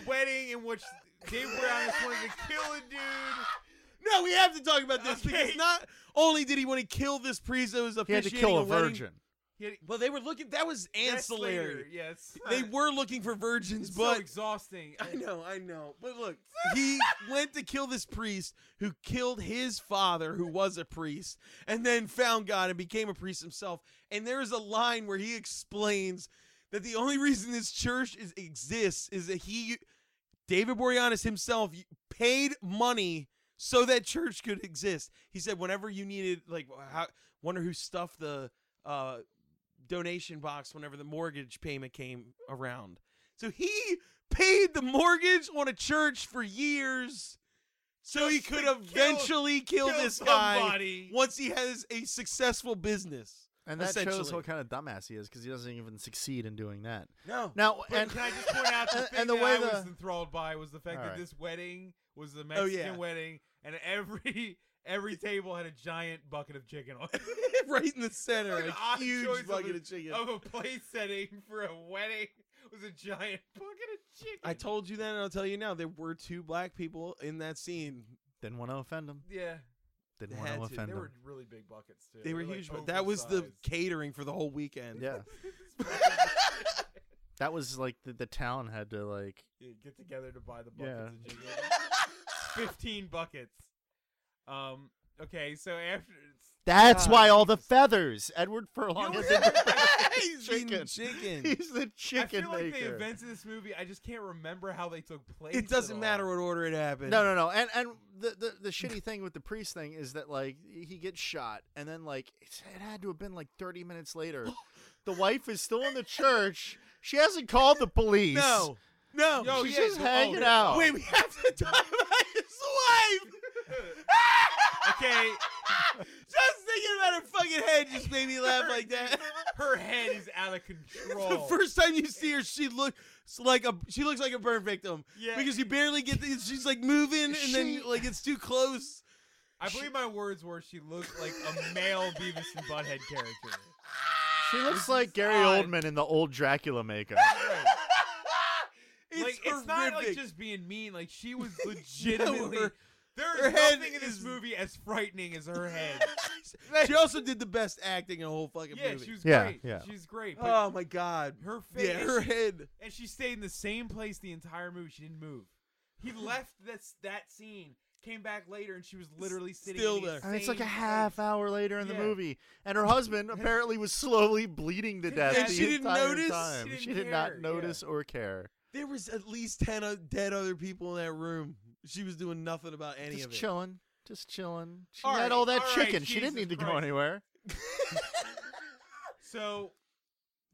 D: a wedding in which Dave Boreanaz wanted to kill a dude.
G: no, we have to talk about this because
D: Okay.
G: not only did he want to kill this priest that was
B: He had to
G: officiating
B: kill a
G: wedding,
B: virgin.
D: He had-
G: Well, they were looking. That was
D: That's later,
G: ancillary.
D: Yes,
G: They were looking for virgins,
D: It's so
G: but
D: exhausting.
G: I know, I know. But look, he went to kill this priest who killed his father, who was a priest, and then found God and became a priest himself. And there is a line where he explains that the only reason this church is, exists is that he, David Boreanaz himself, paid money so that church could exist. He said, whenever you needed, like, how, wonder who stuffed the uh, donation box whenever the mortgage payment came around. So he paid the mortgage on a church for years so he
D: Just
G: could
D: to kill-
G: eventually kill,
D: kill
G: this
D: somebody.
G: guy once he has a successful business.
B: And that shows
G: essentially.
B: what kind of dumbass he is because he doesn't even succeed in doing that.
G: No.
B: Now,
D: But
B: and
D: can I just point out the
B: and-
D: thing
B: and the
D: that
B: way
D: I was
B: the-
D: enthralled by was the fact
B: All
D: that
B: right.
D: this wedding was a Mexican
G: Oh, yeah.
D: wedding, and every every table had a giant bucket of chicken on it.
G: right in the center,
D: Like an
G: a
D: odd choice
G: huge
D: of
G: bucket
D: a-
G: of chicken.
D: Of a place setting for a wedding was a giant bucket of chicken.
G: I told you then, and I'll tell you now. There were two black people in that scene.
B: didn't want to offend him.
D: Yeah,
G: They
B: Didn't want
G: had
B: to
G: to.
B: offend
D: they
B: him.
D: were really big buckets too.
G: They were
D: like,
G: huge, but that was the
D: oversized.
G: catering for the whole weekend.
B: Yeah, that was like the, the town had to like.
D: Yeah, get together to buy the
B: Yeah.
D: buckets. of jingle. Fifteen buckets. Um. Okay. So after. it's-
B: That's
D: God.
B: why all the feathers. Edward Furlong
D: You
B: is
D: know
B: the,
G: He's eating
B: Chicken.
G: chicken.
B: he's the chicken
D: I feel like the
B: maker.
D: events of this movie, I just can't remember how they took place.
G: It
D: at
G: doesn't
D: all.
G: matter what order it happened.
B: No, no, no. And and the, the the shitty thing with the priest thing is that like he gets shot, and then like it's- it had to have been like thirty minutes later. the wife is still in the church. She hasn't called the police.
G: no, no.
D: Yo,
B: she's
D: yeah,
B: just
D: the-
B: hanging
D: oh,
B: out.
G: Wait, we have to talk about his wife.
D: Okay,
G: Just thinking about her fucking head just made me laugh like that.
D: her head is out of control.
G: The first time you see her, she looks like a she looks like a burn victim.
D: Yeah.
G: Because you barely get the, she's like moving and
B: She-
G: then like it's too close.
D: I believe my words were she looked like a male Beavis and Butthead character.
B: she looks like Gary
D: odd.
B: Oldman in the old Dracula makeup.
G: It's
D: like it's
G: horrific.
D: not like just being mean. Like she was legitimately.
G: her-
D: There
G: Her
D: is
G: head
D: nothing in this
G: is-
D: movie as frightening as her head.
G: she also did the best acting in the whole fucking
D: yeah,
G: movie.
D: she was
B: Yeah,
D: great.
B: yeah.
D: She's great. But
G: oh my god.
D: her face,
G: Yeah, her
D: she-
G: head.
D: and she stayed in the same place the entire movie. She didn't move. He left this that scene, came back later, and she was literally sitting
G: Still
D: in the
G: there.
B: And it's like a
D: same
B: half
D: place.
B: hour later in the
D: Yeah.
B: movie, and her husband apparently was slowly bleeding to death.
D: And
B: the
D: she
G: didn't
B: entire
G: notice? She
B: Time.
D: didn't
B: She did
D: care,
B: not
D: yeah.
B: notice or care.
G: There was at least ten o- dead other people in that room. She was doing nothing about any
B: Just
G: of it.
B: chilling, just chilling. She
D: All
B: had
D: right,
B: all that
D: all right,
B: chicken. she didn't
D: Jesus
B: need to go
D: Christ.
B: anywhere.
D: So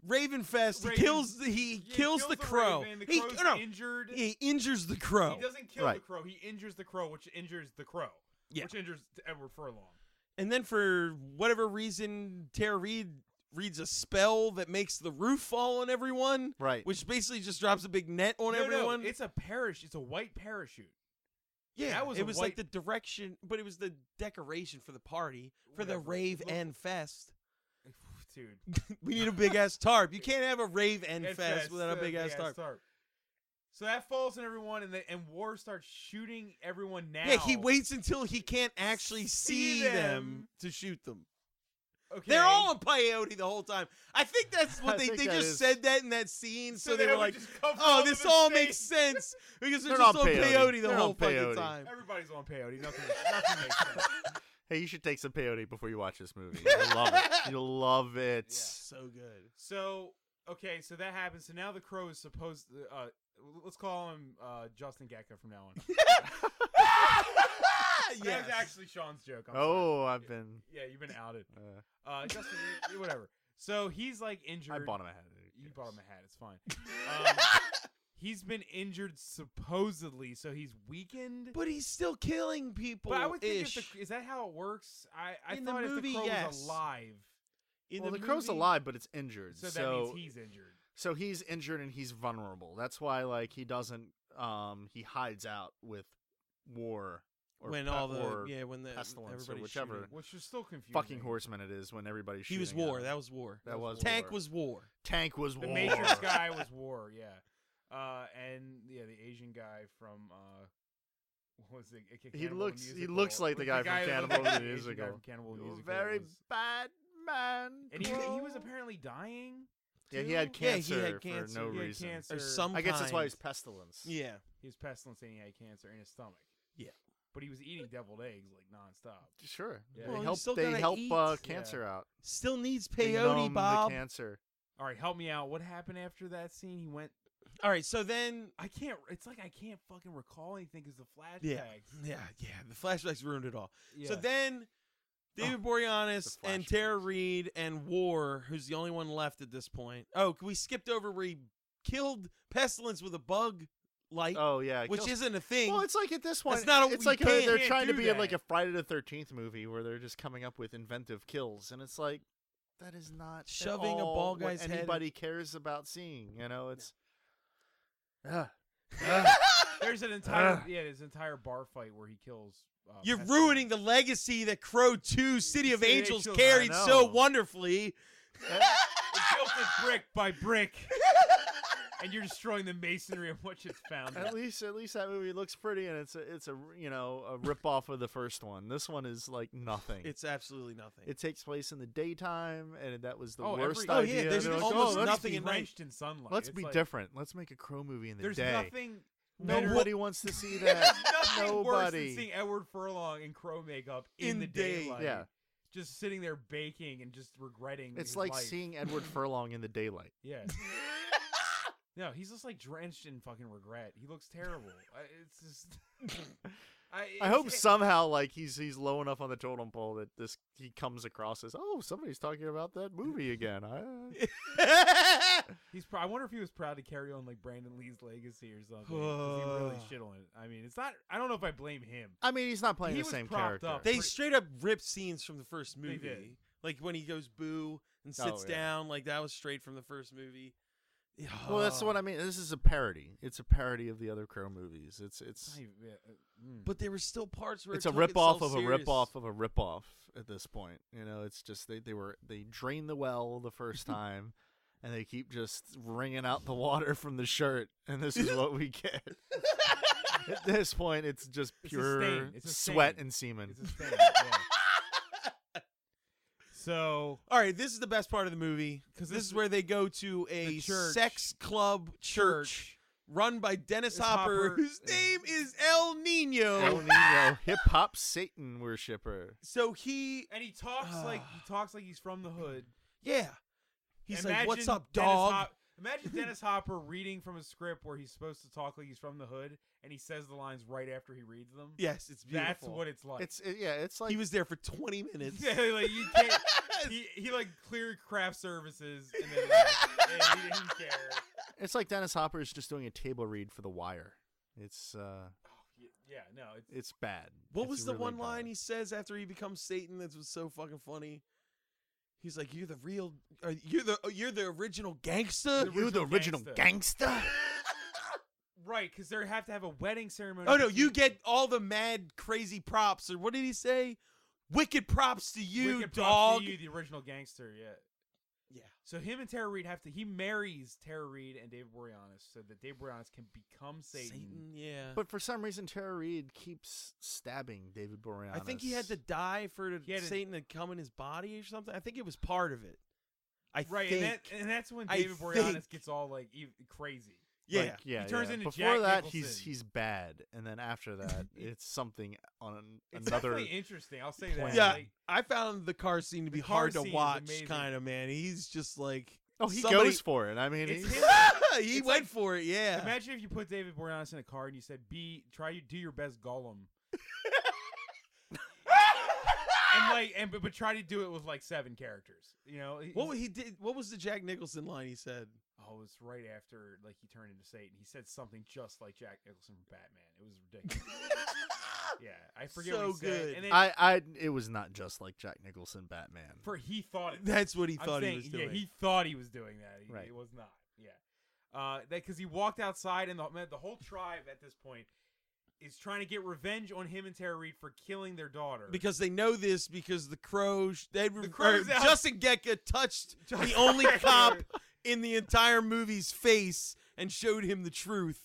G: Raven Fest.
D: Raven-
G: he kills the he
D: yeah,
G: kills, the, crow.
D: raven, the
G: he
D: crow's
G: no,
D: injured.
G: he injures the crow.
D: He doesn't kill the
B: Right.
D: crow. He injures the crow, which injures the crow.
G: Yeah.
D: Which injures Edward Furlong.
G: And then for whatever reason, Tara Reed reads a spell that makes the roof fall on everyone.
B: Right.
G: Which basically just drops a big net on
D: no,
G: everyone.
D: no, it's a parachute. It's a white parachute.
G: yeah,
D: that was a
G: it was
D: white-
G: like the direction, but it was the decoration for the party, for the
D: Whatever.
G: rave
D: Look-
G: and fest.
D: Dude.
G: We need a big ass tarp. You can't have a rave and
D: Ed
G: fest,
D: Fest,
G: without
D: uh,
G: a big ass tarp.
D: So that falls on everyone, and the, and War starts shooting everyone now.
G: Yeah, he waits until he can't actually
D: See
G: see,
D: them.
G: them to shoot them.
D: Okay.
G: They're all in peyote the whole time. I think that's
B: I
G: what they,
B: think
G: they
B: that
G: just
B: is-
G: said that in that scene, so,
D: So
G: they
D: they
G: were
D: would
G: like,
D: just cover
G: "Oh,
D: up
G: this
D: the
G: all
D: mistake."
G: makes sense because they're,
B: They're
G: just
B: on
G: on
B: peyote.
G: peyote the
B: They're
G: whole
B: on
G: fucking
B: peyote.
G: time."
D: Everybody's on peyote. Nothing. nothing makes sense.
B: Hey, you should take some peyote before you watch this movie. You'll love it. You'll love it.
G: So good.
D: So okay, so that happens. So now the crow is supposed. To, uh, let's call him uh, Justin Gecko from now on. That
G: Yes.
D: was actually Sean's joke. I'm sorry.
B: Oh, I've been.
D: Yeah, you've been outed.
B: Uh,
D: Uh, Justin, you- whatever. So he's like injured.
B: I bought him a hat.
D: You bought him a hat. It's fine. Um, he's been injured supposedly, so he's weakened.
G: but he's still killing people.
D: But I would think if
G: ish.
D: the, is that how it works? I I
G: In the
D: thought
G: movie,
D: if the crow
G: yes.
D: was alive,
G: in
B: well, the,
G: the,
B: crow's
G: movie-
B: alive, but it's injured.
D: so
B: So,
D: that means he's injured.
B: so he's injured and he's vulnerable. That's why, like, he doesn't. Um, he hides out with war or
G: when
B: pe-
G: all the
B: or
G: yeah when the
B: pestilence or
G: everybody's
B: whichever.
G: shooting.
D: Which is still confusing.
B: fucking horseman it is when everybody's
G: He was
B: shooting at
G: war.
B: him.
G: That was war.
B: That was
G: tank
B: war.
G: was war.
B: tank was
D: The
B: war.
D: Matrix guy was war, yeah. Uh, and yeah, the Asian guy from uh, what was it? Ca-
B: He
D: Cannibal
B: looks-
D: the
B: he
D: Musical.
B: looks like the
D: Which
B: guy from
D: that looked
B: Cannibal
D: like
B: the
D: Asian guy
B: Musical.
D: from Cannibal the
B: You
D: Musical
B: very
D: was-
B: bad man.
D: and he, he
B: Crow.
D: was apparently dying.
B: yeah, he had
G: Yeah, he
B: cancer,
G: had
B: for no
G: cancer.
D: He had
B: reason.
D: cancer.
G: Or some
B: I guess that's why
G: kind.
B: he's pestilence.
G: Yeah.
D: He was pestilence and he had cancer in his stomach.
G: Yeah.
D: But he was eating deviled eggs like nonstop.
B: Sure.
D: Yeah.
G: Well,
B: they
G: you
B: help.
G: still
B: They
G: gotta
B: help
G: eat.
B: uh,
G: Yeah.
B: cancer out.
G: Still needs
B: They numb
G: peyote, Bob.
B: The cancer.
D: All right, help me out. What happened after that scene? He went.
G: All right, so then
D: I can't. It's like I can't fucking recall anything because the flashbacks.
G: yeah, yeah, yeah. The flashbacks ruined it all. So
D: Yeah.
G: then David Boreanaz
B: the
G: and Tara Reed and War, who's the only one left at this point. Oh, we skipped over where he killed Pestilence with a bug light,
B: Oh yeah, it
G: which
B: kills-
G: isn't a thing.
B: Well, it's like at this point,
G: That's not a-
B: it's
G: you
B: like uh,
G: can't-
B: they're
D: can't
B: trying to
D: do
B: be in like
D: that.
B: a Friday the Thirteenth movie where they're just coming up with inventive kills, and it's like that is not at
G: Shoving a
B: all
G: ball
B: what
G: guy's head in-
B: anybody cares about seeing. You know, it's Ugh.
D: There's an entire yeah, there's an entire bar fight where he kills. Uh,
G: You're
D: pestilence.
G: ruining the legacy that Crow 2 City of
D: City of
G: Angels
D: Angels, I
G: carried so
B: know.
G: wonderfully.
D: It built it brick by brick, and you're destroying the masonry of what it's found.
B: at least at least that movie looks pretty, and it's a it's a you know a rip off of the first one. This one is like nothing.
G: It's absolutely nothing.
B: it takes place in the daytime, and that was the
D: Oh,
B: worst
D: every- oh,
B: idea.
G: yeah, there's
B: They're like,
G: almost
B: "Oh, let's be-
G: nothing
D: be
G: in night.
D: drenched in sunlight.
B: Let's
D: It's
B: be
D: like,
B: different. Let's make a crow movie in the
D: There's
B: day.
D: nothing. better-
B: Nobody wants to see that.
D: nothing worse than
B: Nobody.
D: seeing Edward Furlong in crow makeup in,
G: In
D: the
G: day-
D: daylight.
B: Yeah.
D: Just sitting there baking and just regretting.
B: It's
D: his
B: like
D: life.
B: seeing Edward Furlong in the daylight.
D: Yeah. no, he's just like drenched in fucking regret. He looks terrible. I, it's just. I,
B: I
D: it's-
B: hope
D: it-
B: somehow like he's he's low enough on the totem pole that this he comes across as oh somebody's talking about that movie again. I,
D: He's. Pro- I wonder if he was proud to carry on like Brandon Lee's legacy or something. 'cause he really shit on it. I mean, it's not. I don't know if I blame him.
B: I mean he's not playing
D: He
B: the
D: was
B: same
D: propped
B: character.
D: up.
G: They
D: Pretty-
G: straight up ripped scenes from the first
D: They did.
G: movie. Like when he goes boo and
B: Oh,
G: sits
B: yeah.
G: down, like that was straight from the first movie.
B: well, that's what I mean. This is a parody. It's a parody of the other Crow movies. It's
D: It's
B: it's
D: not even- yeah, uh, mm.
G: But there were still parts where
B: it's
G: it
B: a
G: took
B: rip off
G: itself
B: of a
G: serious.
B: rip off of a rip off at this point. You know, it's just they they were they drained the well the first time, and they keep just wringing out the water from the shirt, and this is what we get. At this point, it's just
D: It's a
B: pure
D: stain. It's a
B: sweat
D: stain.
B: and semen.
D: It's a stain, yeah. So
G: All right, this is the best part of the movie
D: 'Cause
G: because
D: this
G: this
D: is
G: is where they go to a
D: the church.
G: sex club church,
D: church.
G: run by Dennis
D: Dennis
G: Hopper,
D: Hopper
G: whose
D: and-
G: name is El Nino.
B: El Nino, hip hop Satan worshiper.
G: So he,
D: And he talks like he talks like he's from the hood.
G: yeah, he's like,
D: Imagine
G: "What's up,
D: Dennis
G: dog?"
D: Hop- Imagine Dennis Hopper reading from a script where he's supposed to talk like he's from the hood, and he says the lines right after he reads them.
G: yes, it's beautiful.
D: that's what it's like.
B: It's it, yeah, it's like
G: he was there for 20 minutes.
D: yeah, like you can't. He, he like cleared craft services, and then left, and he didn't care.
B: it's like Dennis Hopper is just doing a table read for The Wire. It's uh,
D: Y- Yeah, no, it's
B: it's bad.
G: What
B: It's
G: was the
B: really
G: one
B: bad.
G: line he says after he becomes Satan? That was so fucking funny. He's like, "You're the real, or, you're the, uh, you're the original gangster."
D: You the original
B: gangster.
D: right because they have to have a wedding ceremony.
G: Oh no,
D: to
G: you
D: keep
G: get all the mad crazy props, or what did he say? Wicked props to you,
D: Wicked props to
G: dog.
D: you, the original gangster. Yeah.
G: Yeah.
D: So him and Tara Reid have to. He marries Tara Reid and David Boreanaz so that David Boreanaz can become Satan.
G: yeah.
B: But for some reason, Tara Reid keeps stabbing David Boreanaz.
G: I think he had to die for
D: He had to-
G: Satan to come in his body or something. I think it was part of it. I
D: Right,
G: think.
D: and, that, and that's when
G: I
D: David Boreanaz
G: think-
D: gets all like ev- crazy.
G: yeah.
B: Like, yeah,
D: He turns
B: yeah.
D: into
B: Before
D: Jack
B: that, he's
D: Nicholson.
B: he's bad, and then after that, it's something on an-
D: It's
B: another.
D: definitely interesting. I'll say that.
B: plan.
G: yeah,
D: like,
G: I found the car scene to be
D: The car
G: hard to
D: scene is
G: watch,
D: amazing.
G: kind of man. He's just like,
B: Oh, he
G: somebody-
B: goes for it. I mean,
D: It's
B: he's-
D: him.
G: he
D: It's
G: went
D: like-
G: for it. Yeah,
D: imagine if you put David Boreanaz in a car and you said, "Be try you do your best, Gollum." and like, and but, but try to do it with like seven characters. You know, He-
G: what he did. What was the Jack Nicholson line he said?
D: Oh, it was right after like he turned into Satan. He said something just like Jack Nicholson from Batman. It was ridiculous. yeah, I forget what
G: So
D: he said.
G: good.
D: And then
B: I, I, it was not just like Jack Nicholson Batman.
D: for he thought it.
G: That's what he
D: I'm
G: thought
D: saying,
G: he was doing.
D: Yeah, he thought he was doing that. He,
B: Right.
D: It was not. Yeah. Uh, that because he walked outside and the man, the whole tribe at this point is trying to get revenge on him and Tara Reid for killing their daughter.
G: because they know this because the crow sh- they the
D: crow's out.
G: Justin Gecka touched the only cop in the entire movie's face and showed him the truth.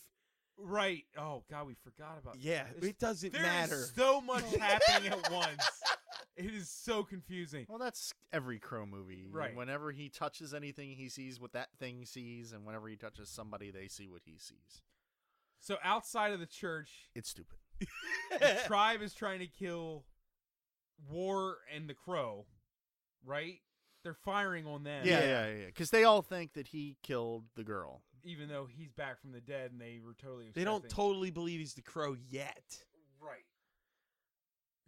D: right? Oh God, we forgot about.
G: Yeah,
D: It's-
G: it doesn't
D: there is
G: matter.
D: so much happening at once. It is so confusing.
B: Well, that's every Crow movie. And
D: Right.
B: Whenever he touches anything, he sees what that thing sees, and whenever he touches somebody, they see what he sees.
D: So outside of the church,
B: It's stupid.
D: the tribe is trying to kill War and the Crow, right? They're firing on them.
B: Yeah, yeah, yeah. Because they all think that he killed the girl.
D: Even though he's back from the dead, and they were totally
G: they don't
D: expecting-
G: totally believe he's the crow yet.
D: right.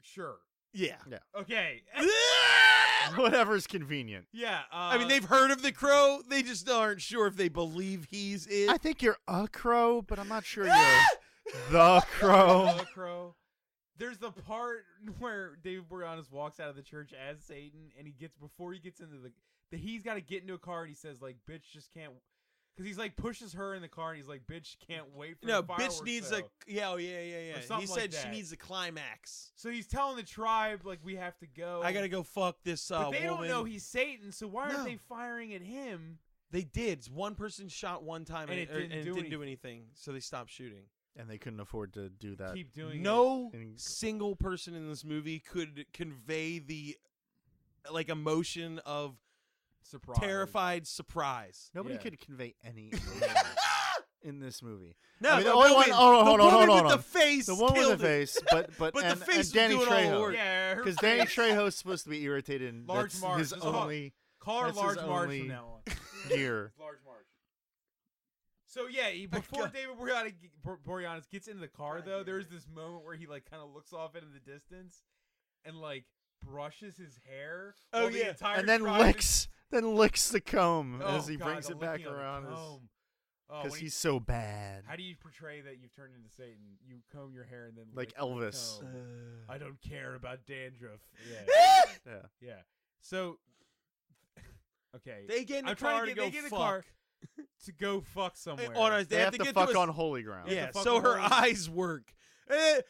D: Sure.
G: Yeah.
D: Okay.
B: Whatever's convenient.
D: yeah. Uh,
G: I mean, they've heard of the crow. They just aren't sure if they believe he's it.
B: I think you're a crow, but I'm not sure you're the crow.
G: Oh.
D: the Crow. There's the part where David Boreanaz walks out of the church as Satan, and he gets before he gets into the, the he's got to get into a car, and he says like, "Bitch, just can't," because he's like pushes her in the car, and he's like, "Bitch, can't wait for
G: no,
D: the
G: bitch
D: fireworks
G: needs
D: show."
G: a yeah, oh, yeah, yeah, yeah. He
D: something like
G: said she
D: that.
G: needs a climax.
D: So he's telling the tribe like, "We have to go."
G: I gotta go fuck this uh,
D: But they don't
G: woman.
D: know he's Satan, so why aren't
G: No.
D: they firing at him?
G: They did. One person shot one time and, it, didn't, and do, it didn't do anything, so they stopped shooting.
B: And they couldn't afford to do that.
D: Keep doing it.
G: Uh, no
B: And-
G: single person in this movie could convey the like emotion of
D: surprise.
G: terrified surprise.
B: Nobody
D: Yeah.
B: could convey any in this movie.
G: No,
B: I mean,
G: the,
B: the only one-
G: woman,
B: oh, hold
G: the
B: on, hold
G: woman
B: on,
G: with
B: hold on.
G: the face,
B: The one with
G: killed
B: the
G: it.
B: face, but but,
G: But the
B: and,
G: face was
B: and Danny
G: doing all the work.
B: Trejo.
D: Yeah, her
B: Because Danny
D: face.
B: Trejo's supposed to be irritated, and
D: Large
B: that's
D: Marge.
B: his
D: That's all-
B: only
D: Call her
B: That's his
D: Large Marge
B: only-
D: from now on.
B: gear.
D: Large Marge. So yeah, he, before David Boreanaz, Boreanaz gets into the car though, there's this moment where he like kind of looks off into the distance and like brushes his hair.
G: Oh,
D: while the
G: yeah.
D: entire
B: and then
D: tribe is-
B: licks, then licks the comb
D: Oh,
B: as he
D: God,
B: brings
D: the
B: it back
D: licking of the
B: around,
D: comb. Oh,
B: because
D: when he-
B: he's so bad.
D: How do you portray that you've turned into Satan? You comb your hair and then
B: Like
D: lick the
B: Elvis.
D: comb. I don't care about dandruff. Yeah,
B: Yeah.
D: yeah. So, okay,
G: They get in the
D: I'm trying
G: car
D: to
G: to
D: get-
G: go
D: they get in the
G: fuck.
D: car to go fuck somewhere.
G: On a,
B: They, have, to,
G: get
B: fuck
G: to a,
B: on holy ground.
D: Yeah.
G: Yeah,
D: have to fuck
G: so
D: on
G: her
D: holy-
G: eyes work. Eh,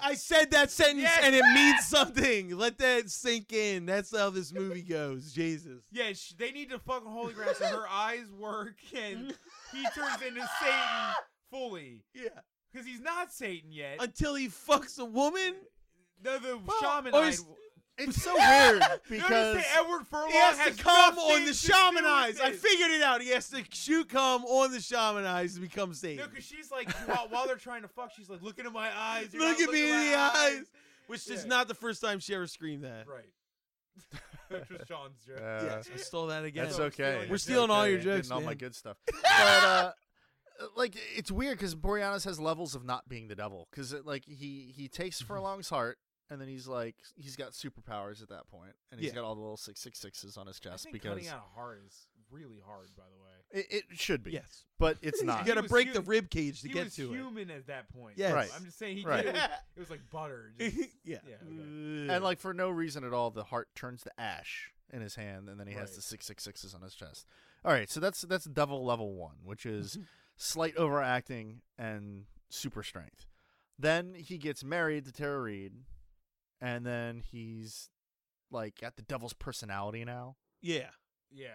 G: I said that sentence
D: Yes.
G: and it means something. Let that sink in. That's how this movie goes. Jesus.
D: Yeah, sh- they need to fuck on holy ground so her eyes work and he turns into Satan fully.
G: Yeah.
D: because he's not Satan yet.
G: until he fucks a woman.
D: no, the
G: Well,
D: shaman.
G: or he's-
B: It's so weird
D: Notice
B: because
D: that Edward Furlong
G: He has,
D: has
G: to come on
D: nothing
G: the
D: to do with
G: shaman eyes. I
D: this.
G: figured it out. He has to shoot come on the shaman eyes to become Satan.
D: No, because she's like while, while they're trying to fuck, she's like, "Look into my eyes. You're
G: Look
D: not
G: at me
D: looking
G: in
D: my
G: the eyes. Which is
D: Yeah.
G: not the first time she ever screamed that.
D: Right. That's just Sean's joke.
B: Uh,
G: Yes, I stole that again.
B: That's
D: Yeah.
B: okay.
D: We're
B: It's
G: stealing all
B: okay.
G: your
B: I'm getting
G: jokes,
B: all my
G: man.
B: good stuff. But uh, like, it's weird because Boreanaz has levels of not being the devil. Because like he he takes
G: Mm-hmm.
B: Furlong's heart, and then he's like he's got superpowers at that point, and he's
G: Yeah.
B: got all the little six six sixes on his
D: I
B: chest
D: think
B: because
D: cutting out a heart is really hard, by the way.
B: it, it should be.
G: Yes.
B: but it's not.
G: You gotta
D: was
G: break
D: hu-
G: the rib cage to
D: he
G: get
D: was
G: to
D: human at that point.
G: Yes.
B: Right.
D: I'm just saying he
B: Right.
D: did it. With, it was like butter. Just,
G: it. yeah.
D: yeah,
B: and like for no reason at all, the heart turns to ash in his hand, and then he has
D: Right.
B: the six six sixes on his chest. All right, so that's that's devil level one, which
G: Mm-hmm.
B: is slight overacting and super strength. Then he gets married to Tara Reed, and then he's like got the devil's personality now
G: yeah.
D: yeah.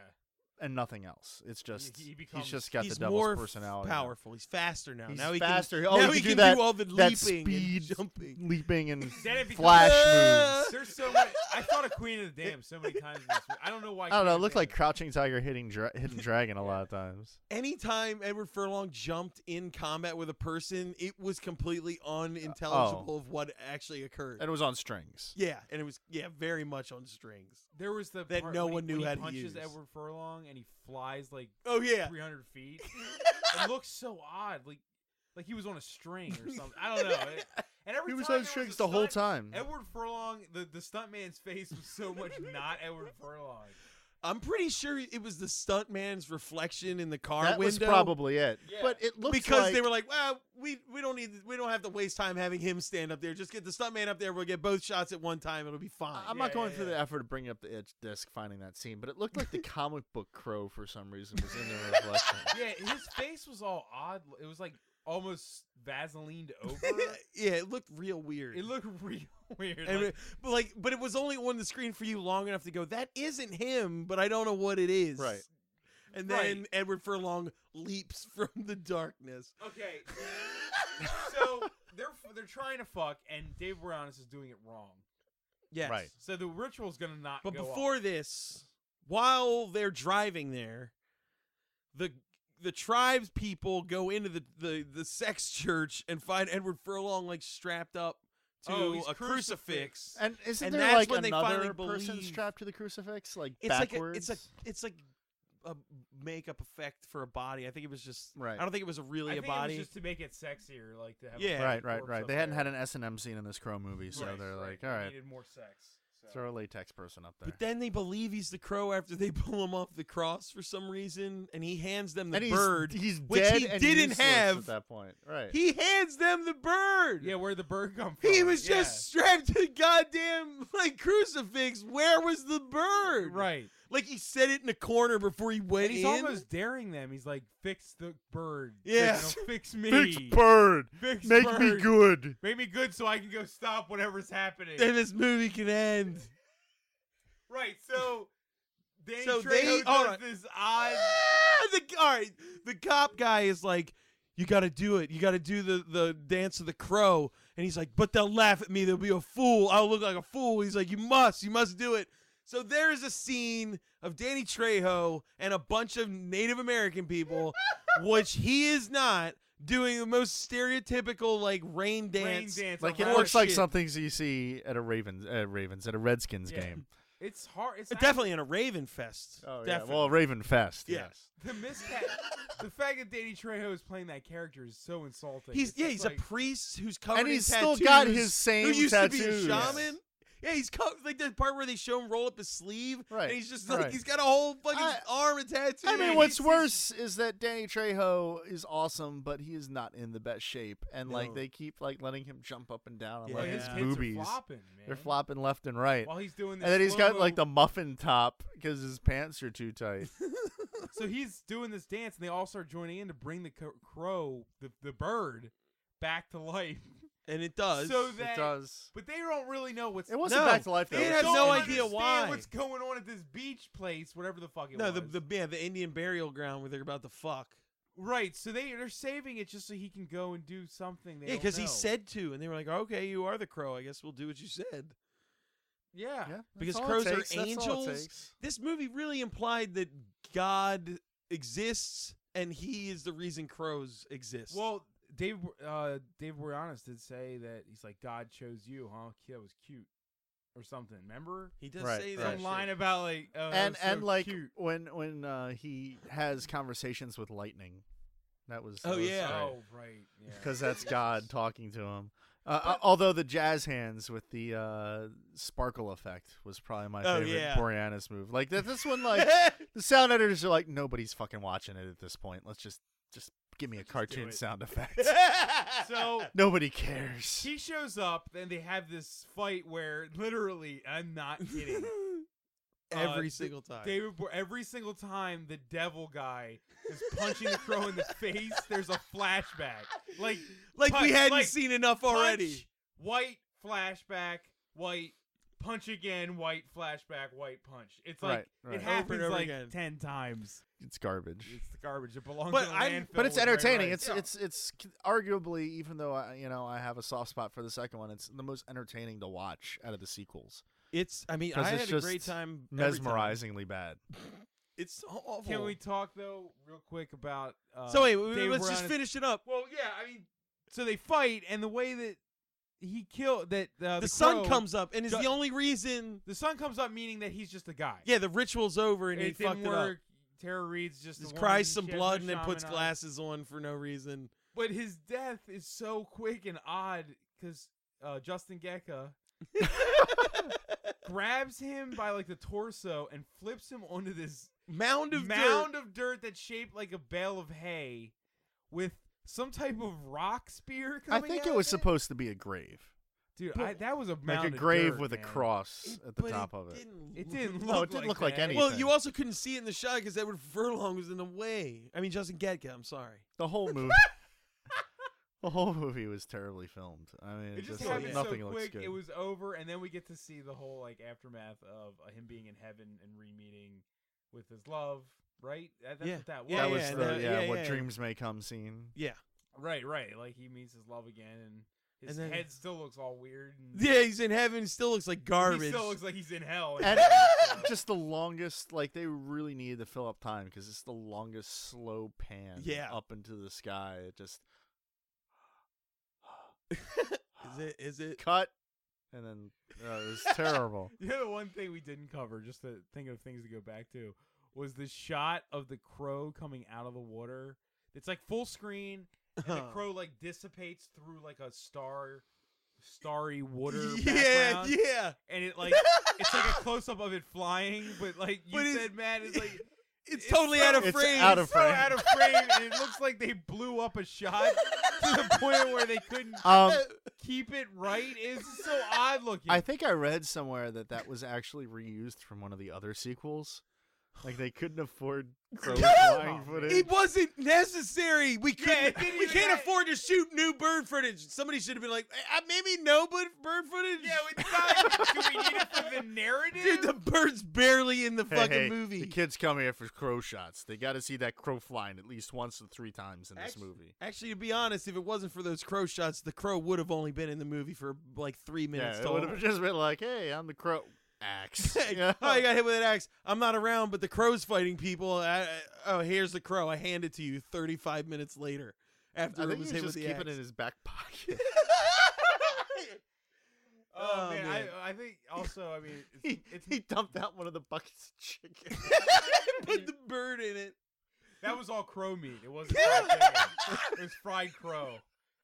B: and nothing else. It's just
D: he
B: he's
D: becomes-
B: just got
G: he's
B: the devil's
G: more f-
B: personality. now.
G: powerful. He's faster now.
B: He's
G: now he
B: faster.
G: Can,
B: Oh, he
G: now
B: can
G: he
B: do
G: can
B: that-
G: do all the
B: that
G: leaping
B: speed
G: and jumping.
B: leaping and
D: Then it becomes-
B: flash
G: Ah!
B: moves.
D: There's so much. I thought of Queen of the Dam so many times. In this movie. I don't know why.
B: I don't know. It
D: Queen of
B: looked
D: the
B: like
D: Dam-
B: Crouching Tiger, hitting dra- Hidden Dragon a lot of times.
G: Anytime Edward Furlong jumped in combat with a person, it was completely unintelligible of what actually occurred.
B: Oh. And it was on strings.
G: yeah, and it was yeah very much on strings.
D: there was the
G: that
D: part
G: no
D: when
G: one
D: he,
G: knew
D: when
G: how
D: he
G: to
D: punches
G: use.
D: Edward Furlong and he flies like
G: Oh yeah,
D: 300 feet. it looks so odd, like like he was on a string or something. I don't know. It- and every
B: He was
D: time
B: on
D: there
B: strings
D: a
B: the whole time.
D: stunt, Edward Furlong, the the stuntman's face was so much not Edward Furlong.
G: I'm pretty sure it was the stuntman's reflection in the car
B: that
G: window.
B: was probably it.
D: Yeah.
B: But it looked
G: because
B: like,
G: they were like, "Well, we we don't need we don't have to waste time having him stand up there. Just get the stuntman up there. We'll get both shots at one time. It'll be fine."
B: I'm
D: Yeah,
B: not going
D: yeah,
B: through the
D: yeah.
B: effort of bringing up the itch disc finding that scene, but it looked like the comic book crow for some reason was in the reflection.
D: Yeah, his face was all odd. It was like almost Vaselined over.
G: yeah, it looked real weird.
D: it looked real weird.
G: And
D: like-
G: it- but like, but it was only on the screen for you long enough to go, "That isn't him," but I don't know what it is.
B: Right.
G: And
D: Right.
G: then Edward Furlong leaps from the darkness.
D: Okay. so they're they're trying to fuck, and Dave Boreanaz is doing it wrong.
G: Yes.
B: Right.
D: So the ritual's gonna not.
G: But
D: go off.
G: before this, while they're driving there, the the tribes people go into the, the, the sex church and find Edward Furlong like strapped up to
D: Oh, he's
G: a
D: crucifix.
G: crucifix.
B: And isn't
G: And
B: there
G: that's
B: like
G: when they
B: another
G: finally
B: person
G: believe-
B: strapped to the crucifix, like
G: It's
B: backwards?
G: like a, it's a it's like a makeup effect for a body. I think it was just
B: Right.
G: I don't think it was really
D: I
G: a
D: think
G: body.
D: it was just to make it sexier, like to have.
G: Yeah.
D: A
B: right, right, right. They hadn't had an S and M scene in this crow movie, so they're like, all right,
D: needed more sex. So.
B: throw a latex person up there.
G: but then they believe he's the crow after they pull him off the cross for some reason, and he hands them the
B: and he's,
G: bird,
B: he's
G: which
B: dead
G: he
B: and
G: didn't
B: useless at
G: have.
B: that point. Right.
G: He hands them the bird.
D: yeah, where'd the bird come from?
G: He was
D: Yeah.
G: just strapped to the goddamn like crucifix. Where was the bird?
D: right.
G: Like he set it in a corner before he went
D: And he's
G: in.
D: almost daring them. He's like, "Fix the bird.
G: Yeah.
D: Fix, no, fix me.
B: bird.
D: Fix bird.
B: good.
D: Make me good, so I can go stop whatever's happening."
G: then this movie can end.
D: Right, so Danny
G: So
D: Trejo
G: they-
D: does
G: hold on.
D: this odd.
G: Ah, the, all right, the cop guy is like, "You got to do it. You got to do the the dance of the crow." And he's like, "But they'll laugh at me. They'll be a fool. I'll look like a fool." He's like, "You must. You must do it." So there is a scene of Danny Trejo and a bunch of Native American people, which he is not doing the most stereotypical like rain dance.
D: dance
B: Like
D: or
B: it
D: hot
B: looks like
G: shit.
B: something you see at a Ravens, at Ravens, at a Redskins
D: Yeah.
B: game.
D: It's hard. It's
G: Uh, Definitely in a Raven Fest.
B: Oh yeah,
G: Definitely.
B: well, Raven Fest.
G: Yeah.
B: Yes.
D: actually- the miscat. the fact that Danny Trejo is playing that character is so insulting.
G: He's
D: It's
G: yeah,
D: just
G: he's
D: like-
G: a priest who's covered
B: And
G: in
B: he's still got
G: tattoos,
B: his same
G: who used to be a
B: tattoos.
G: shaman. Yeah, he's co- like the part where they show him roll up his sleeve,
B: Right,
G: And he's just like
B: right.
G: he's got a whole fucking
B: I-
G: arm and tattoo.
B: I mean,
G: and
B: what's
G: he's-
B: worse is that Danny Trejo is awesome, but he is not in the best shape, and like
G: No.
B: they keep like letting him jump up and down on
G: Yeah.
D: Well,
B: like
D: his
B: his
D: kids
B: boobies.
D: are flopping, man.
B: They're flopping left and right,
D: While he's doing
B: and
D: this,
B: then he's got
D: slow-mo-
B: like the muffin top because his pants are too tight.
D: So he's doing this dance, and they all start joining in to bring the co- crow, the the bird, back to life.
G: and it does.
D: So
B: it
D: that,
B: does.
D: but they don't really know what's.
B: It wasn't
G: No,
B: back to life though.
D: They
G: It
B: It
G: has
B: was
D: don't
G: no
B: just-
G: idea
D: understand
G: why.
D: what's going on at this beach place, whatever the fuck it
G: no,
D: was.
G: the the yeah, the Indian burial ground where they're about to fuck.
D: Right, so they they're saving it just so he can go and do something. They
G: Yeah,
D: because
G: because he said to, and they were like, "Okay, you are the crow. I guess we'll do what you said."
D: yeah.
B: Yeah,
G: Because
B: that's all
G: crows
B: it
G: are
B: takes. That's all it
G: angels.
B: takes.
G: This movie really implied that God exists, and He is the reason crows exist.
D: Well, Dave uh, Dave Boreanaz did say that he's like God chose you, huh? That was cute, or something. Remember
G: he does
B: Right,
G: say
B: right.
G: that
D: some line about like oh, that
B: and
D: was so
B: and like
D: cute.
B: when when uh, he has conversations with lightning, that was
G: Oh,
B: that was
G: yeah.
B: great.
D: oh right yeah
B: because that's God talking to him. Uh, uh, although the jazz hands with the uh, sparkle effect was probably my
G: Oh,
B: favorite
G: yeah.
B: Boreanaz move. Like that, this one, like the sound editors are like, nobody's fucking watching it at this point. Let's just just give me a cartoon
D: it."
B: sound effect.
D: so
B: Nobody cares.
D: She shows up, and they have this fight where literally, I'm not kidding.
G: every
D: Uh,
G: single time.
D: David, Bo- every single time the devil guy is punching the crow in the face, there's a flashback. Like
G: like
D: punch-
G: we hadn't
D: like,
G: seen enough already.
D: punch, white flashback, white punch again, white flashback, white punch. It's like
B: Right, right. Over
D: it
B: and
D: happens
G: over
D: like
G: again.
D: ten times.
B: It's garbage.
D: It's the garbage. It belongs.
G: But
D: in a
G: I'm-
D: landfill
B: But it's
D: with Ray
B: entertaining.
D: Rice.
B: It's it's it's c- arguably, even though I you know I have a soft spot for the second one, it's the most entertaining to watch out of the sequels.
G: It's. I mean,
B: 'Cause
G: I
B: it's
G: had a great
B: just
G: time. every time.
B: Mesmerizingly bad.
G: It's so awful.
D: Can we talk though, real quick about? Uh,
G: so wait, wait,
D: David
G: let's just
D: Boreanaz-
G: finish it up.
D: Well, yeah, I mean, so they fight, and the way that he killed that uh,
G: The,
D: the,
G: sun
D: crow-
G: comes up, and is
D: Ju-
G: the only reason.
D: The sun comes up, meaning that he's just a guy.
G: Yeah, the ritual's over,
D: it
G: and he fucked
D: didn't
G: it up.
D: work. Tara Reed's just, a
G: Just
D: woman,
G: cries some
D: she has
G: blood
D: no
G: and then puts
D: shaman on.
G: glasses on for no reason.
D: But his death is so quick and odd because uh, Justin Gecka grabs him by like the torso and flips him onto this
G: Mound of
D: mound of dirt that's shaped like a bale of hay, with some type of rock spear.
B: I
D: Coming
B: think
D: out
B: it
D: of
B: was
D: it.
B: supposed to be a grave.
D: Dude, I, that was a mound
B: like a
D: of
B: grave
D: dirt,
B: with a
D: man.
B: cross at the
G: but
B: top of it.
G: Didn't
D: It
G: look-
D: didn't look.
B: No, it didn't look like
D: that.
B: any-
G: Well,
B: anything.
G: you also couldn't see it in the shot because Edward Furlong was in the way. I mean, Justin Gatka. I'm sorry.
B: The whole movie, the whole movie was terribly filmed. I mean,
D: It just
G: just, like,
D: happened
B: like, nothing
D: so
B: looks
D: quick.
B: good.
D: It was over, and then we get to see the whole like aftermath of uh, him being in heaven and re-meeting with his love. Right? That, that's
G: Yeah.
D: what that was.
G: Yeah,
B: that was
G: yeah,
B: the,
G: that-
B: yeah,
G: yeah,
B: what
G: yeah.
B: dreams may come scene.
G: Yeah.
D: Right, right. Like he meets his love again, and his
G: And then-
D: head still looks all weird. And
G: Yeah, he's in heaven. Still looks like garbage.
D: He still looks like he's in hell.
B: And just the longest, like they really needed to fill up time because it's the longest slow pan
G: Yeah.
B: up into the sky. It just
G: is it? Is it?
B: cut, and then uh, it was terrible.
D: You know, the one thing we didn't cover, just to think of things to go back to, was the shot of the crow coming out of the water. It's like full screen, and the crow like dissipates through like a star, starry water
G: yeah,
D: background,
G: yeah.
D: and it like it's like a close up of it flying. But like you
G: But it's-
D: said, man, it's like
G: It's,
D: It's
G: totally
D: so-
G: out of
B: it's
G: frame.
B: out of
D: so
B: frame.
D: out of frame, and it looks like they blew up a shot to the point where they couldn't
B: Um,
D: keep it right. It's so odd looking.
B: I think I read somewhere that that was actually reused from one of the other sequels. Like they couldn't afford crow flying footage.
G: It wasn't necessary. We couldn't.
D: it didn't
G: we
D: even
G: can't
D: have-
G: afford to shoot new bird footage. Somebody should have been like, "Uh, maybe no bird bird footage.
D: Yeah, it's not. do we need it for the narrative?
G: Dude, the bird's barely in the
B: Hey,
G: fucking
B: hey,
G: movie.
B: The kids come here for crow shots. They got to see that crow flying at least once or three times in this
G: Actu-
B: movie.
G: Actually, to be honest, if it wasn't for those crow shots, the crow would have only been in the movie for like three minutes
B: Yeah, it
G: total.
B: would have just been like, "Hey, I'm the crow axe."
G: Hey,
B: Yeah.
G: Oh, you got hit with an axe. I'm not around, but the crow's fighting people. I, I, oh, here's the crow. I hand it to you 35 minutes later after
B: I
G: it
B: think
G: was
B: he's
G: hit
B: just
G: with the
B: keeping
G: axe.
B: it in his back pocket.
D: oh,
G: Oh,
D: man,
G: man.
D: I, I think also. I mean, it's,
B: he,
D: it's
B: he dumped out one of the buckets of chicken.
G: Put the bird in it.
D: that was all crow meat. It wasn't. Fried chicken. it was fried crow.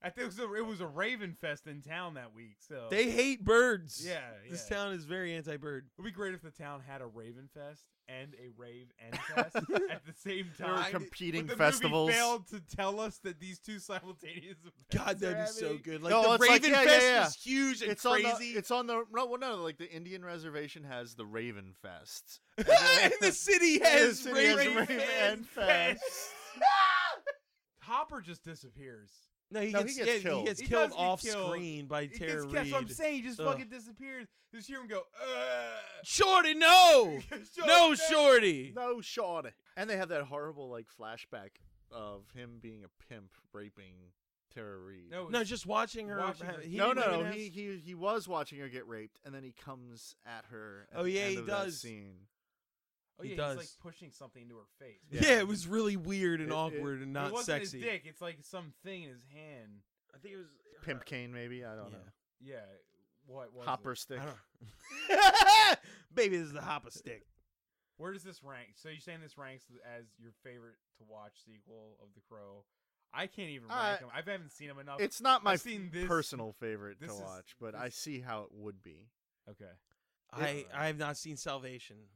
D: I think it was, a, it was a raven fest in town that week. So
B: Oh.
G: They hate birds.
D: Yeah,
G: This
D: yeah.
G: town is very anti-bird.
D: it would be great if the town had a raven fest and a rave and fest at the same
B: there were
D: time.
B: competing
D: but the
B: festivals.
D: Movie failed to tell us that these two simultaneous. events are
G: God, that'd be so
D: happening.
G: good. Like
B: No,
G: the
B: it's like,
G: Raven
B: yeah,
G: Fest
B: yeah, yeah.
G: is huge and
B: It's
G: crazy.
B: on the. It's on the. No, well, no, like the Indian reservation has the Raven Fest.
G: and the city has
B: city has
G: Raven.
B: Raven
G: Fest.
B: Fest.
D: Hopper just disappears.
G: No, he
B: No,
G: gets,
B: he gets
G: yeah,
B: killed.
G: He gets
D: He
G: killed
D: does get
G: off
D: killed.
G: screen by
D: It
G: Tara
D: gets- That's what I'm
G: Reid.
D: saying. He just
G: Ugh.
D: fucking disappears. Just hear him go. "Ugh."
G: Shorty, no,
D: Shorty,
G: no,
D: no.
G: Shorty.
B: No, Sean. And they have that horrible like flashback of him being a pimp raping Tara Reid.
D: No,
G: No, just watching her.
D: Watching
G: ha-
D: her-
G: he
B: no,
G: didn't
B: no,
G: even
B: no.
G: ask-
B: He, he he was watching her get raped, and then he comes at her. At
G: Oh,
B: the
G: yeah,
B: end
G: he
B: of that
G: does.
B: Scene.
D: oh,
G: he
D: yeah, he's
G: does.
D: like pushing something into her face.
G: yeah. it was really weird and
B: It- it-
G: awkward and
D: it
G: not
D: wasn't
G: sexy.
D: His dick. It's like something in his hand.
G: I think it was
B: Pimp cane, maybe I don't
G: Yeah.
B: know.
D: Yeah. What was
B: Hopper
D: It?
B: stick.
G: I don't- Baby, this is the hopper stick.
D: Where does this rank? So you're saying this ranks as your favorite to watch sequel of The Crow? I can't even
B: Uh,
D: rank them. I haven't seen them enough.
B: It's not my
D: I've seen this-
B: personal favorite to
D: this is-
B: watch, but I
D: this-
B: see how it would be.
D: okay.
G: I I have not seen Salvation.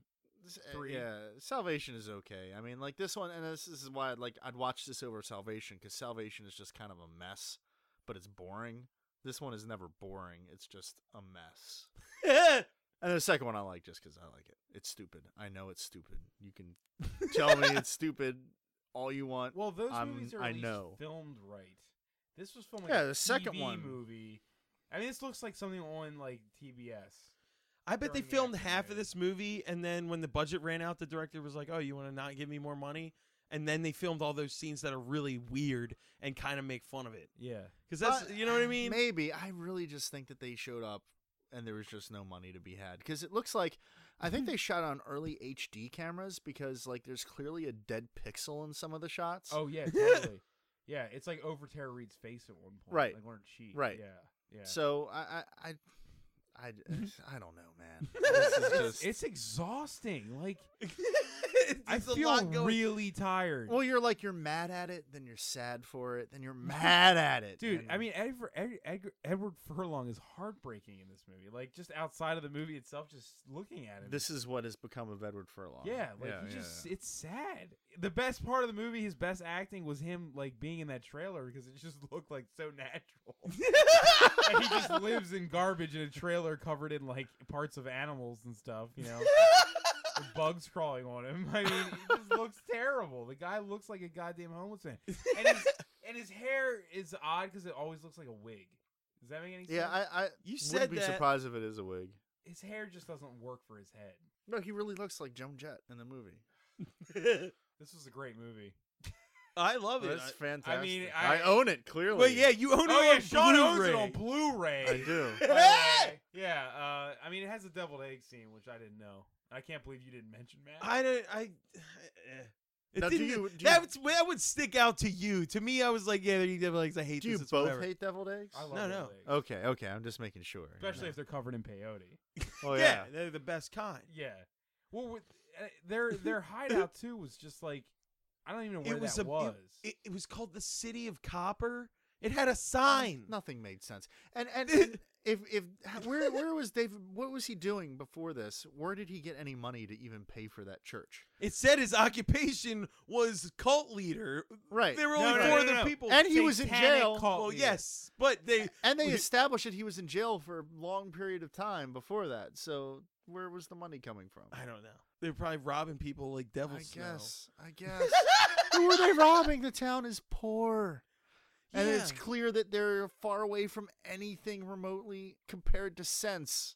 B: This- uh,
D: Three.
B: Yeah, Salvation is okay. I mean, like this one, and this, this is why I'd like I'd watch this over Salvation because Salvation is just kind of a mess, but it's boring. This one is never boring. It's just a mess. And the second one I like just because I like it. It's stupid. I know it's stupid. You can tell me it's stupid all you want.
D: Well, those
G: Um,
B: I'm-
D: movies are
B: I
D: at least
B: know.
D: filmed right. This was filmed like
B: Yeah,
D: a
B: the second
D: TV
B: one.
D: movie. I mean, this looks like something on like TBS.
G: I bet they
D: During the
G: filmed
D: action
G: half of
D: movie.
G: this movie, and then when the budget ran out, the director was like, "Oh, you want to not give me more money?" And then they filmed all those scenes that are really weird and kind of make fun of it.
D: Yeah.
G: Because that's
B: But
G: you know what I mean.
B: Maybe I really just think that they showed up and there was just no money to be had because it looks like I think
D: Mm-hmm.
B: they shot on early HD cameras because like there's clearly a dead pixel in some of the shots.
D: Oh yeah, totally. yeah, it's like over Tara Reed's face at one point.
B: Right.
D: Like on her cheek.
B: Right.
D: Yeah. Yeah. Mm-hmm.
B: so I I I I, I don't know, man. This is just-
D: it's exhausting. Like I
G: There's a
D: feel
G: lot going-
D: really tired.
B: well, you're like you're mad at it, then you're sad for it, then you're mad at it,
D: Dude,
B: and-
D: I mean, Edward, Ed, Edgar- Edward Furlong is heartbreaking in this movie. Like, just outside of the movie itself, just looking at him.
B: This is what has become of Edward Furlong.
D: yeah, like he just, it's sad. The best part of the movie, his best acting, was him like being in that trailer because it just looked like so natural. and he just lives in garbage in a trailer covered in like parts of animals and stuff, you know, With bugs crawling on him. I mean, he just looks terrible. The guy looks like a goddamn homeless man, and his, and his hair is odd because it always looks like a wig. Does that make any sense?
B: Yeah, I, I
G: You said
B: wouldn't be
G: that.
B: surprised if it is a wig.
D: his hair just doesn't work for his head.
B: No, he really looks like Joan Jett in the movie.
D: This was a great movie.
G: I love it.
B: That's
G: I-
B: fantastic. I
D: mean, I-
B: own it clearly.
G: But yeah, you own it.
D: Oh yeah,
G: on
D: Sean owns it
G: Blu-ray.
D: on Blu-ray.
B: I do.
D: By the way, yeah, uh, I mean it has a deviled egg scene, which I didn't know. I can't believe you didn't mention Matt.
G: I don't. I. eh. It
B: Now, do
G: didn't-
B: you- do you-
G: that, would, that would stick out to you. To me, I was like, yeah, you never like, I hate
B: Do you
G: this.
B: both
G: it's whatever.
B: hate deviled eggs?
D: I love
G: No,
D: deviled
G: no.
D: eggs.
B: Okay, okay. I'm just making sure. you
D: especially
B: know.
D: if they're covered in peyote.
B: oh
G: yeah.
B: yeah.
G: they're the best kind.
D: Yeah. Well, with, uh, their their hideout too was just like I don't even know where
G: it was
D: that
G: a,
D: was.
G: It, it, it was called the City of Copper. It had a sign.
B: Nothing made sense. And and, and if if where where was David? What was he doing before this? Where did he get any money to even pay for that church?
G: It said his occupation was cult leader.
B: Right.
G: There were only
D: No, no,
G: four
D: no,
G: other
D: no.
G: people.
B: And he was in
D: Satanic
B: jail.
D: cult
G: well,
D: leader.
G: yes, but they
B: And they
G: we-
B: established that he was in jail for a long period of time before that. So where was the money coming from?
G: I don't know. They're probably robbing people like devils.
B: I guess. I guess. Who are they robbing? The town is poor. And it's
G: Yeah.
B: clear that they're far away from anything remotely compared to sense.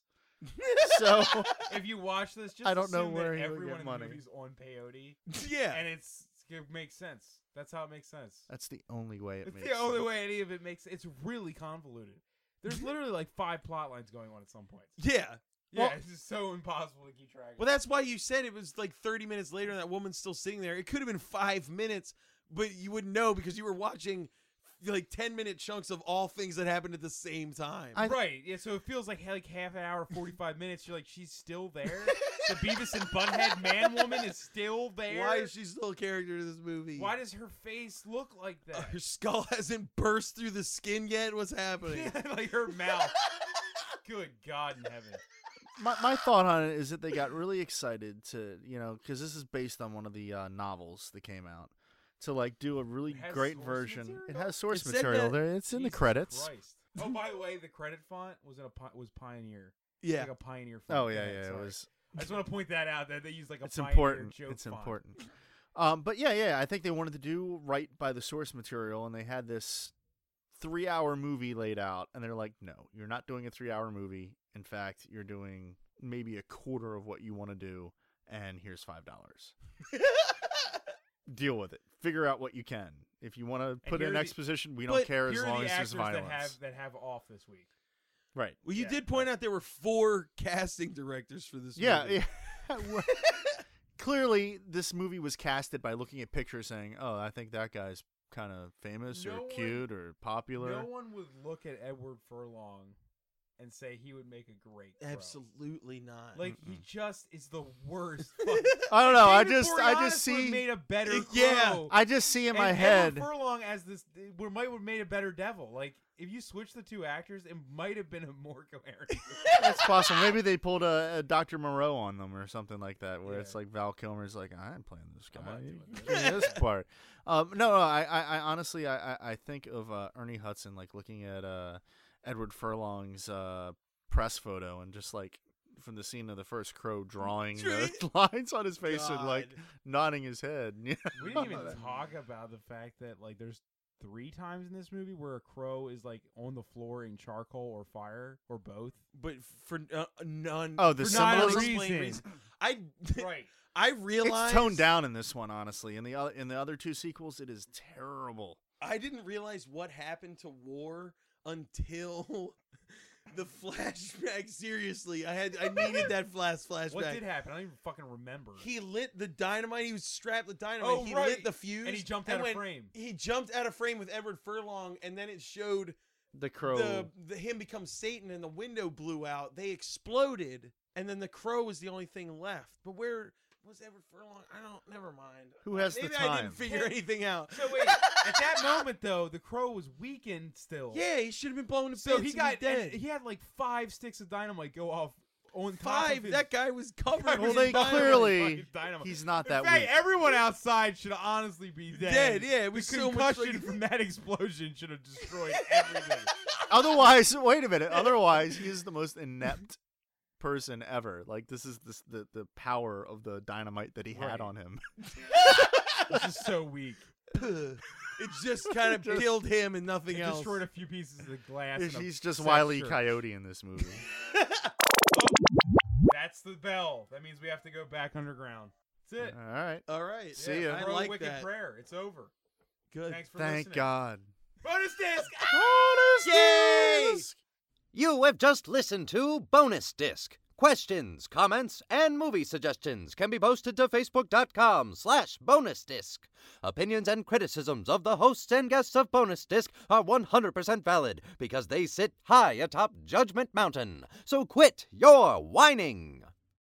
B: so
D: If you watch this, just
B: I don't know
D: assume that
B: where he would
D: everyone
B: get
D: in the
B: money.
D: movie's on peyote,
G: Yeah.
D: and it's it makes sense. That's how it makes sense.
B: that's the only way it
D: It's
B: makes
D: the only
B: sense.
D: way any of it makes. It's really convoluted. There's literally like five plot lines going on at some points.
G: yeah.
D: Yeah,
G: Well-
D: it's just so impossible to keep track. of.
G: Well, that's why you said it was like 30 minutes later and that woman's still sitting there. It could have been five minutes, but you wouldn't know because you were watching like 10 minute chunks of all things that happened at the same time.
B: I-
D: right. Yeah, so it feels like like half an hour, forty five minutes. You're like, she's still there. the Beavis and Butthead man woman is still there.
G: why is she still a character in this movie?
D: Why does her face look like
G: Uh,
D: that?
G: her skull hasn't burst through the skin yet? What's happening?
D: like her mouth. Good God in heaven.
B: my, my thought on it is that they got really excited to you know because this is based on one of the uh, novels that came out to like do a really
D: It has
B: great
D: source
B: version it
D: material?
B: has source
G: said
B: material
G: that-
B: there it's in the
D: Jesus
B: credits
D: Christ. Oh, by the way, the credit font was in a pi- was Pioneer.
G: yeah.
D: Like a Pioneer font.
B: oh
D: Go
B: yeah
D: ahead,
B: yeah it
D: sorry.
B: was
D: I just want to point that out that they use like a
B: it's
D: Pioneer
B: important
D: joke
B: it's
D: font.
B: important um but yeah yeah i think they wanted to do right by the source material and they had this three hour movie laid out and they're like no you're not doing a three hour movie in fact you're doing maybe a quarter of what you want to do and here's five dollars deal with it figure out what you can. If you want to put
D: here are
B: in
D: the-
B: exposition, we don't care as long as there's violence.
D: That have, that have off this week.
B: Right.
G: Well, you
D: Yeah.
G: did point out there were four casting directors for this.
B: Yeah.
G: movie.
B: yeah. Well, Clearly, this movie was casted by looking at pictures saying, "Oh, I think that guy's kind of famous
D: No
B: or
D: one-
B: cute or popular."
D: No one would look at Edward Furlong and say he would make a great Crow.
G: absolutely not.
D: Like he just is the worst. fucking-
B: I don't know. I
D: David
B: just, I
D: Boreanaz
B: just
D: would've
B: see,
D: made a better.
G: Yeah,
D: Crow.
B: I just see in my
D: And
B: head.
D: Edward Furlong as this would might have made a better devil. Like if you switch the two actors, it might have been a more coherent.
B: That's possible. Maybe they pulled a, a Dr. Moreau on them or something like that, where it's
D: Yeah.
B: like Val Kilmer's like, I ain't playing this guy.
D: I'm not
B: You
D: doing this."
B: give me this part. Um, no, no, I, I, I honestly, I, I, I think of uh, Ernie Hudson like looking at uh, Edward Furlong's uh, press photo and just like from the scene of the first crow drawing the lines on his face and like
G: God.
B: nodding his head. Yeah.
D: we didn't even talk about the fact that like there's three times in this movie where a crow is like on the floor in charcoal or fire or both.
G: but for uh, none.
B: Oh, the
G: for non-
B: symbolism?
G: unexplained
D: Reason.
G: reason. I
D: Right.
G: I
B: It's
G: realized
B: toned down in this one, honestly. In the other, in the other two sequels, it is terrible.
G: I didn't realize what happened to War until the flashback. Seriously, I had I needed that flash flashback.
D: What did happen? I don't even fucking remember.
G: He lit the dynamite. He was strapped with dynamite.
D: Oh,
G: he lit
D: right.
G: the fuse,
D: And he jumped out of
G: when-
D: frame.
G: He jumped out of frame with Edward Furlong, and then it showed
B: The crow.
G: the, the him becomes Satan, and the window blew out. They exploded, and then the crow was the only thing left. But where was Edward Furlong? I don't. Never mind.
B: Who has the
G: Maybe I
B: time?
G: didn't figure anything out.
D: So wait, at that moment though, the crow was weakened still.
G: Yeah, he should have been blown to
D: So
G: bits
D: he
G: and be
D: got and
G: dead.
D: he had like five sticks of dynamite go off on top of
G: five.
D: his
G: That guy was covered.
B: Well,
G: in
B: they
G: dynamite.
B: clearly
D: Fucking dynamite.
B: he's not
D: In
B: that
D: fact,
B: weak.
D: everyone outside should honestly be dead.
G: Dead, yeah, it
D: the
G: was so much
D: concussion
G: like-
D: from that explosion should have destroyed everything.
B: Otherwise, wait a minute. Otherwise, he is the most inept person ever. Like this is this, the the power of the dynamite that he
D: Right.
B: had on him.
D: this is so weak.
G: It just kind of killed him and nothing
D: It
G: else.
D: destroyed a few pieces of the glass. and a
B: he's just
D: sack
B: wily
D: shirt.
B: coyote in this movie.
D: That's the bell. That means we have to go back underground. That's
B: All
D: it.
B: right.
G: All right.
B: See ya.
G: I
D: Throw a
G: like
D: wicked
G: that.
D: prayer. It's over.
G: Good.
D: Thanks for
B: Thank
D: listening.
B: God.
D: Bonus disc.
G: Yay!
I: You have just listened to Bonus Disc. Questions, comments, and movie suggestions can be posted to facebook.com slash bonus disc. Opinions and criticisms of the hosts and guests of Bonus Disc are 100% valid because they sit high atop Judgment Mountain. So quit your whining.